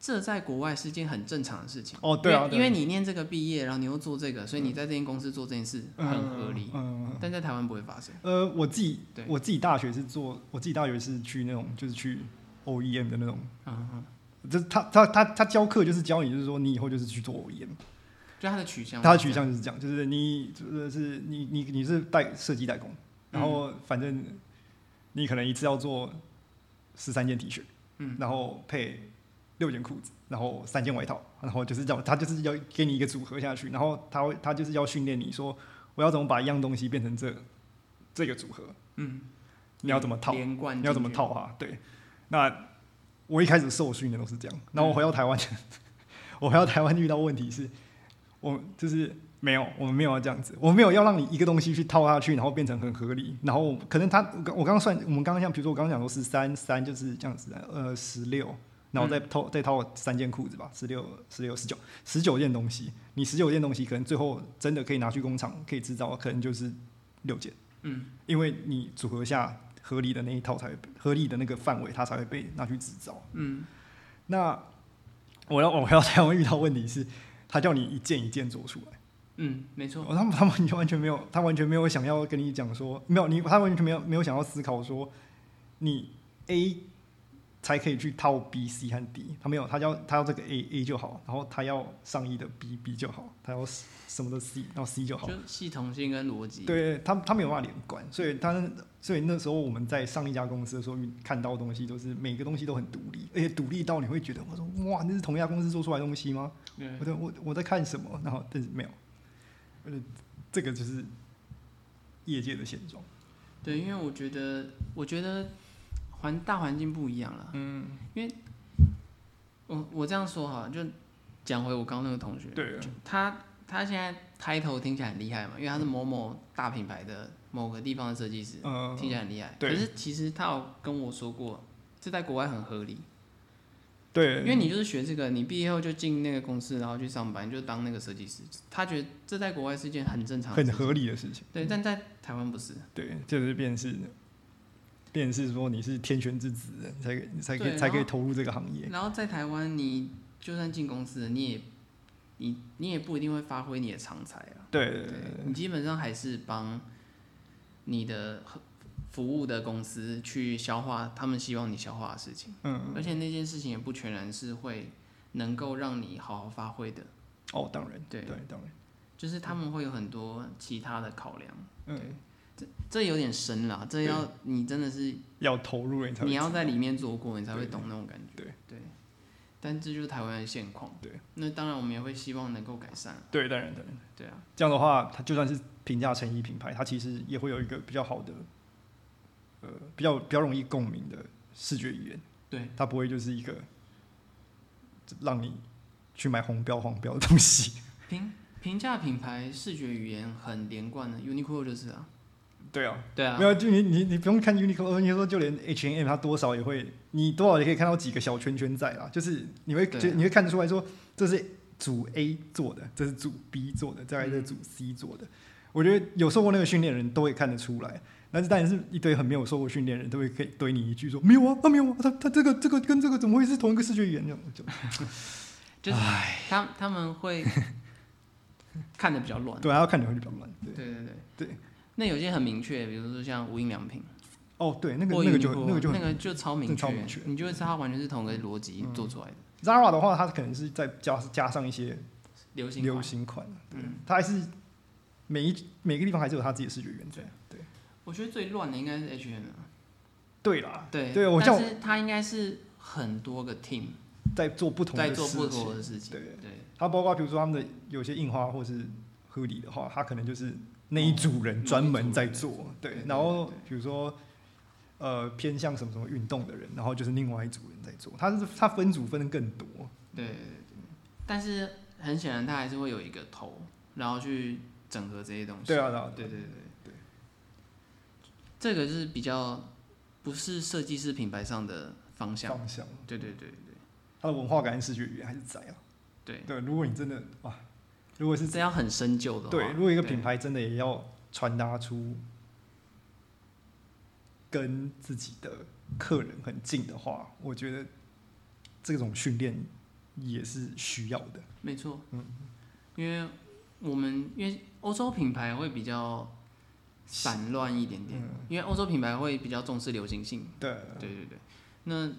B: 这在国外是件很正常的事情。
A: 哦对啊，
B: 因为因为你念这个毕业，然后你又做这个，所以你在这间公司做这件事
A: 嗯
B: 很合理，
A: 嗯，嗯
B: 但在台湾不会发生。
A: 呃，我自己
B: 对
A: 我自己大学是做，我自己大学是去那种就是去 OEM 的那种，
B: 嗯嗯，
A: 就是他他他他教课就是教你，就是说你以后就是去做 E OEM，
B: 就他的取向，
A: 他的取。向就是这样，就是你就是你你你是代设计代工，然
B: 嗯
A: 后反正你可能一次要做十三件 T 恤，
B: 嗯，
A: 然后配六件裤子，然后三件外套，然后就是要他就是要给你一个组合下去，然后他会他就是要训练你说我要怎么把一样东西变成这这个组合，
B: 嗯，
A: 你要怎么套，
B: 连贯进
A: 你
B: 去
A: 要怎么套啊？对，那我一开始受训的都是这样，然后我回到台湾， 我回到台湾遇到问题是，我就是没有，我们没有要这样子，我没有要让你一个东西去套下去，然后变成很合理，然后可能他我刚我刚刚算，我们刚刚像比如说我刚刚讲说是三三就是这样子，呃十六。然后再
B: 嗯
A: 套、再套三件裤子吧，十六、十六、十九、十九件东西。你十九件东西，可能最后真的可以拿去工厂可以制造，可能就是六件。
B: 嗯，
A: 因为你组合下合理的那一套才会被合理的那个范围，它才会被拿去制造。
B: 嗯，
A: 那我要我 要台湾遇到问题是，他叫你一件一件做出来，
B: 嗯，没错，
A: 哦他们他们就完全没有，他完全没有想要跟你讲说，没有你，他完全没有没有想要思考说，你 A 才可以去套 B、C 和 D，他没有，他要他要这个 A A 就好，然后他要上亿的 B B 就好，他要什么的 C，然后 C 就好，
B: 就系统性跟逻辑。，
A: 对他，他没有办法连贯，所以他所以那时候我们在上一家公司的时候看到的东西，都是每个东西都很独立，而且独立到你会觉得，我说哇，那是同一家公司做出来的东西吗？
B: 对
A: 我在我我在看什么？然后但是没有，而且这个就是业界的现状。
B: 对，因为我觉得，我觉得环大环境不一样了。
A: 嗯，
B: 我我这样说好了，就讲回我刚刚那个同学，
A: 对，
B: 他他现在 title 听起来很厉害嘛，因为他是某某大品牌的某个地方的设计师，
A: 嗯、
B: 听起来很厉害。
A: 对
B: 可是其实他有跟我说过，这在国外很合理，
A: 对，
B: 因为你就是学这个，你毕业后就进那个公司，然后去上班，你就当那个设计师。他觉得这在国外是一件很正常的
A: 很
B: 事情，
A: 合理的事情，
B: 对，但在台湾不是。
A: 对，就是变是。便是说你是天选之子，你才可以你才可
B: 对
A: 以才可以
B: 然后
A: 投入这个行业。
B: 然后在台湾，你就算进公司了，你也你你也不一定会发挥你的长才啊。
A: 对对
B: 对
A: 对对，
B: 你基本上还是帮你的服务的公司去消化他们希望你消化的事情，
A: 嗯，
B: 而且那件事情也不全然是会能够让你好好发挥的，
A: 哦，当然，
B: 对
A: 对，当然，
B: 就是他们会有很多其他的考量。
A: 嗯，
B: 这有点深啦，这要你真的是
A: 要投入了你才会
B: 你要
A: 知
B: 在
A: 道
B: 里面做过，你才会
A: 对
B: 懂那种感觉。
A: 对
B: 对，但这就是台湾的现况。
A: 对，
B: 那当然我们也会希望能够改善。
A: 对，当然当然。
B: 对啊，
A: 这样的话，它就算是平价成衣品牌，它其实也会有一个比较好的，呃，比较比较容易共鸣的视觉语言。
B: 对，
A: 它不会就是一个让你去买红标黄标的东西。
B: 平平价品牌视觉语言很连贯的，Uniqlo 就是啊。
A: 对啊，
B: 对啊
A: 没，有就你你你不用看 Uniqlo，你说就连 H&M 它多少也会，你多少也可以看到几个小圈圈在啦，就是你会
B: 对啊
A: 就你会看得出来说这是组 A 做的，这是组 B 做的，再来这是组 C 做的。我觉得有受过那个训练的人都会看得出来，但是当然是一堆很没有受过训练的人都会可以怼你一句说没有啊，他、没有啊，他他这个这个跟这个怎么会是同一个视觉语言？这样就
B: 就是他他们 会看的比较乱。
A: 对，啊他要看你会比较乱。对
B: 对对对
A: 对。
B: 那有些很明确，比如说像无印良品，
A: 哦，对，那个
B: 或
A: 那个
B: Uniqlo，
A: 就
B: 啊
A: 那个就很
B: 那个就超明
A: 那超
B: 确
A: 明确，嗯
B: 你就会知道它完全是同一个逻辑做出来的
A: Zara 的话，它可能是再加加上一些
B: 流行款
A: 流行款，对
B: 嗯，
A: 它还是每一每个地方还是有它自己的视觉原则。对，
B: 我觉得最乱的应该是 H&M，啊
A: 对啦，
B: 对
A: 对我
B: 但
A: 像
B: 是它应该是很多个 team
A: 在做不同
B: 在
A: 的
B: 做
A: 事
B: 不
A: 情，
B: 同的事情，
A: 对
B: 对
A: 它包括比如说他们的有些印花或是 hoodie 的话，它可能就是那一组人专门在做，
B: 嗯对
A: 对
B: 对，
A: 然后
B: 对对
A: 比如说。呃，偏向什么什么运动的人，然后就是另外一组人在做，它是它分组分的更多，
B: 对对对。但是很显然，它还是会有一个头，然后去整合这些东西。
A: 对啊，对啊，
B: 对对对
A: 对，
B: 这个是比较不是设计师品牌上的方向。
A: 方向，
B: 对对对
A: 它的文化感跟视觉语言还是在啊。
B: 对
A: 对，如果你真的哇，如果是
B: 对，这要很深究的话。
A: 对，如果一个品
B: 牌，
A: 牌真的也要传达出跟自己的客人很近的话，我觉得这种训练也是需要的。
B: 没错，
A: 嗯
B: 因为我们因为欧洲品牌会比较散乱一点点，
A: 嗯
B: 因为欧洲品牌会比较重视流行性。
A: 对，
B: 对对对，那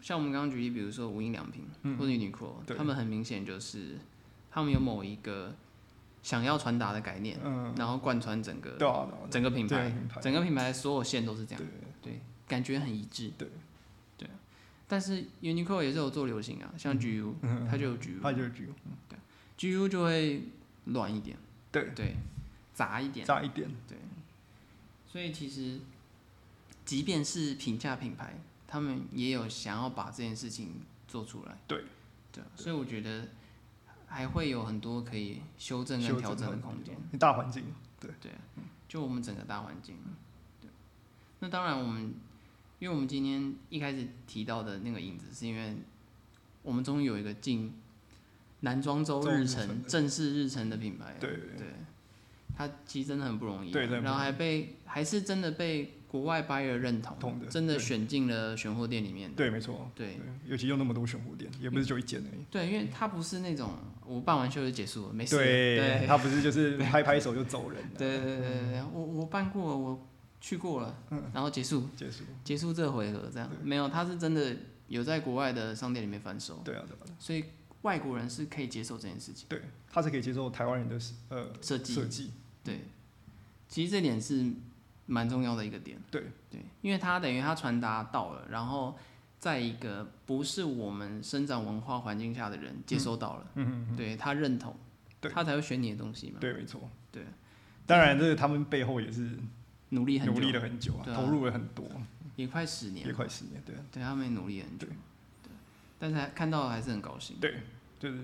B: 像我们刚刚举例，比如说无印良品、
A: 嗯
B: 或者 Uniqlo，
A: 对
B: 他们很明显就是他们有某一个想要传达的概念，
A: 嗯，
B: 然后贯穿整个
A: 对啊，对啊
B: 整个品
A: 对
B: 牌
A: 品牌，
B: 整个品牌所有线都是这样
A: 对，，
B: 对，感觉很一致。
A: 对，
B: 对啊。但是 Uniqlo 也是有做流行啊，像 GU，
A: 嗯
B: 它就有 GU，
A: 它就是这样
B: GU 就会软一点，
A: 对，
B: 对，杂一点，
A: 炸一点，
B: 对。所以其实，即便是平价品牌，他们也有想要把这件事情做出来。
A: 对，
B: 对啊。所以我觉得还会有很多可以修正跟
A: 修
B: 调整的
A: 它
B: 空间。
A: 大环境，
B: 对，就我们整个大环境。对，那当然我们，因为我们今天一开始提到的那个影子，是因为我们终于有一个进男装周日
A: 周日程
B: 程
A: 的
B: 正式日程的品牌了。
A: 对
B: 对，它其实真的很不容易啊，
A: 对真的不
B: 然后
A: 容易
B: 还被还是真的被国外 buyer 认同，
A: 同的
B: 真的
A: 对
B: 选进了选货店里面。
A: 对，没错，
B: 对
A: 对，尤其用那么多选货店，也不是就一间而已。
B: 对，因为它不是那种我办完秀就结束了，没事了。
A: 对，
B: 对
A: 他不是就是拍拍手就走人了，
B: 对对对对对，我我办过了，我去过了，然后结束。
A: 结束。
B: 结束这回合，这样
A: 嗯对
B: 没有，他是真的有在国外的商店里面翻手，
A: 对啊，对啊，
B: 所以外国人是可以接受这件事情。
A: 对，他是可以接受台湾人的呃
B: 设计
A: 设计，
B: 对，其实这点是蛮重要的一个点。
A: 对
B: 对，因为他等于他传达到了，然后在一个不是我们生长文化环境下的人接收到了，
A: 嗯嗯，
B: 对他认同，
A: 对
B: 他才会选你的东西嘛。
A: 对，没错。
B: 对，
A: 当然这个他们背后也是
B: 努力很
A: 努力
B: 久，
A: 了很久啊，
B: 对啊
A: 投入了很多，
B: 也快十年
A: 也
B: 了，
A: 快十年，对啊
B: 对他们也努力很久，
A: 对
B: 对，但是还看到还是很高兴。
A: 对，就是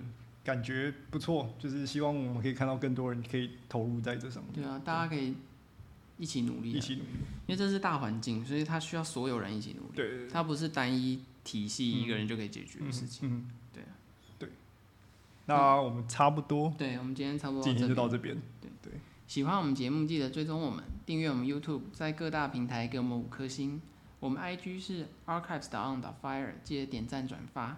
A: 感觉不错，就是希望我们可以看到更多人可以投入在这上面，
B: 对啊，大家可以一起努力啊
A: 一，起努力，
B: 因为这是大环境，所以它需要所有人一起努力，
A: 对对对
B: 它不是单一体系一个人就可以解决的
A: 嗯
B: 事情。
A: 嗯，
B: 对啊
A: 对，那我们差不多
B: 对，我们今天差不多
A: 今天就
B: 到
A: 到
B: 这边。
A: 这边，
B: 喜欢我们节目，记得追踪我们，订阅我们 YouTube，在各大平台给我们五颗星。我们 IG 是 archives on fire，记得点赞转发。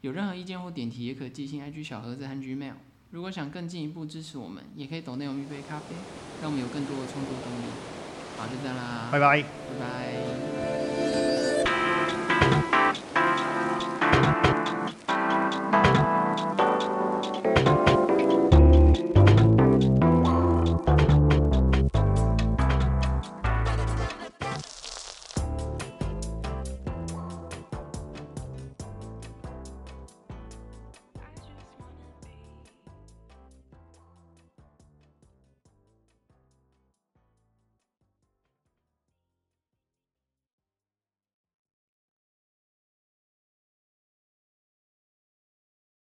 B: 有任何意见或点题，也可寄信 IG 小盒子和 Gmail。如果想更进一步支持我们，也可以抖内容一杯咖啡，让我们有更多的创作动啊力。好，就这样啦，
A: 拜拜。
B: 拜拜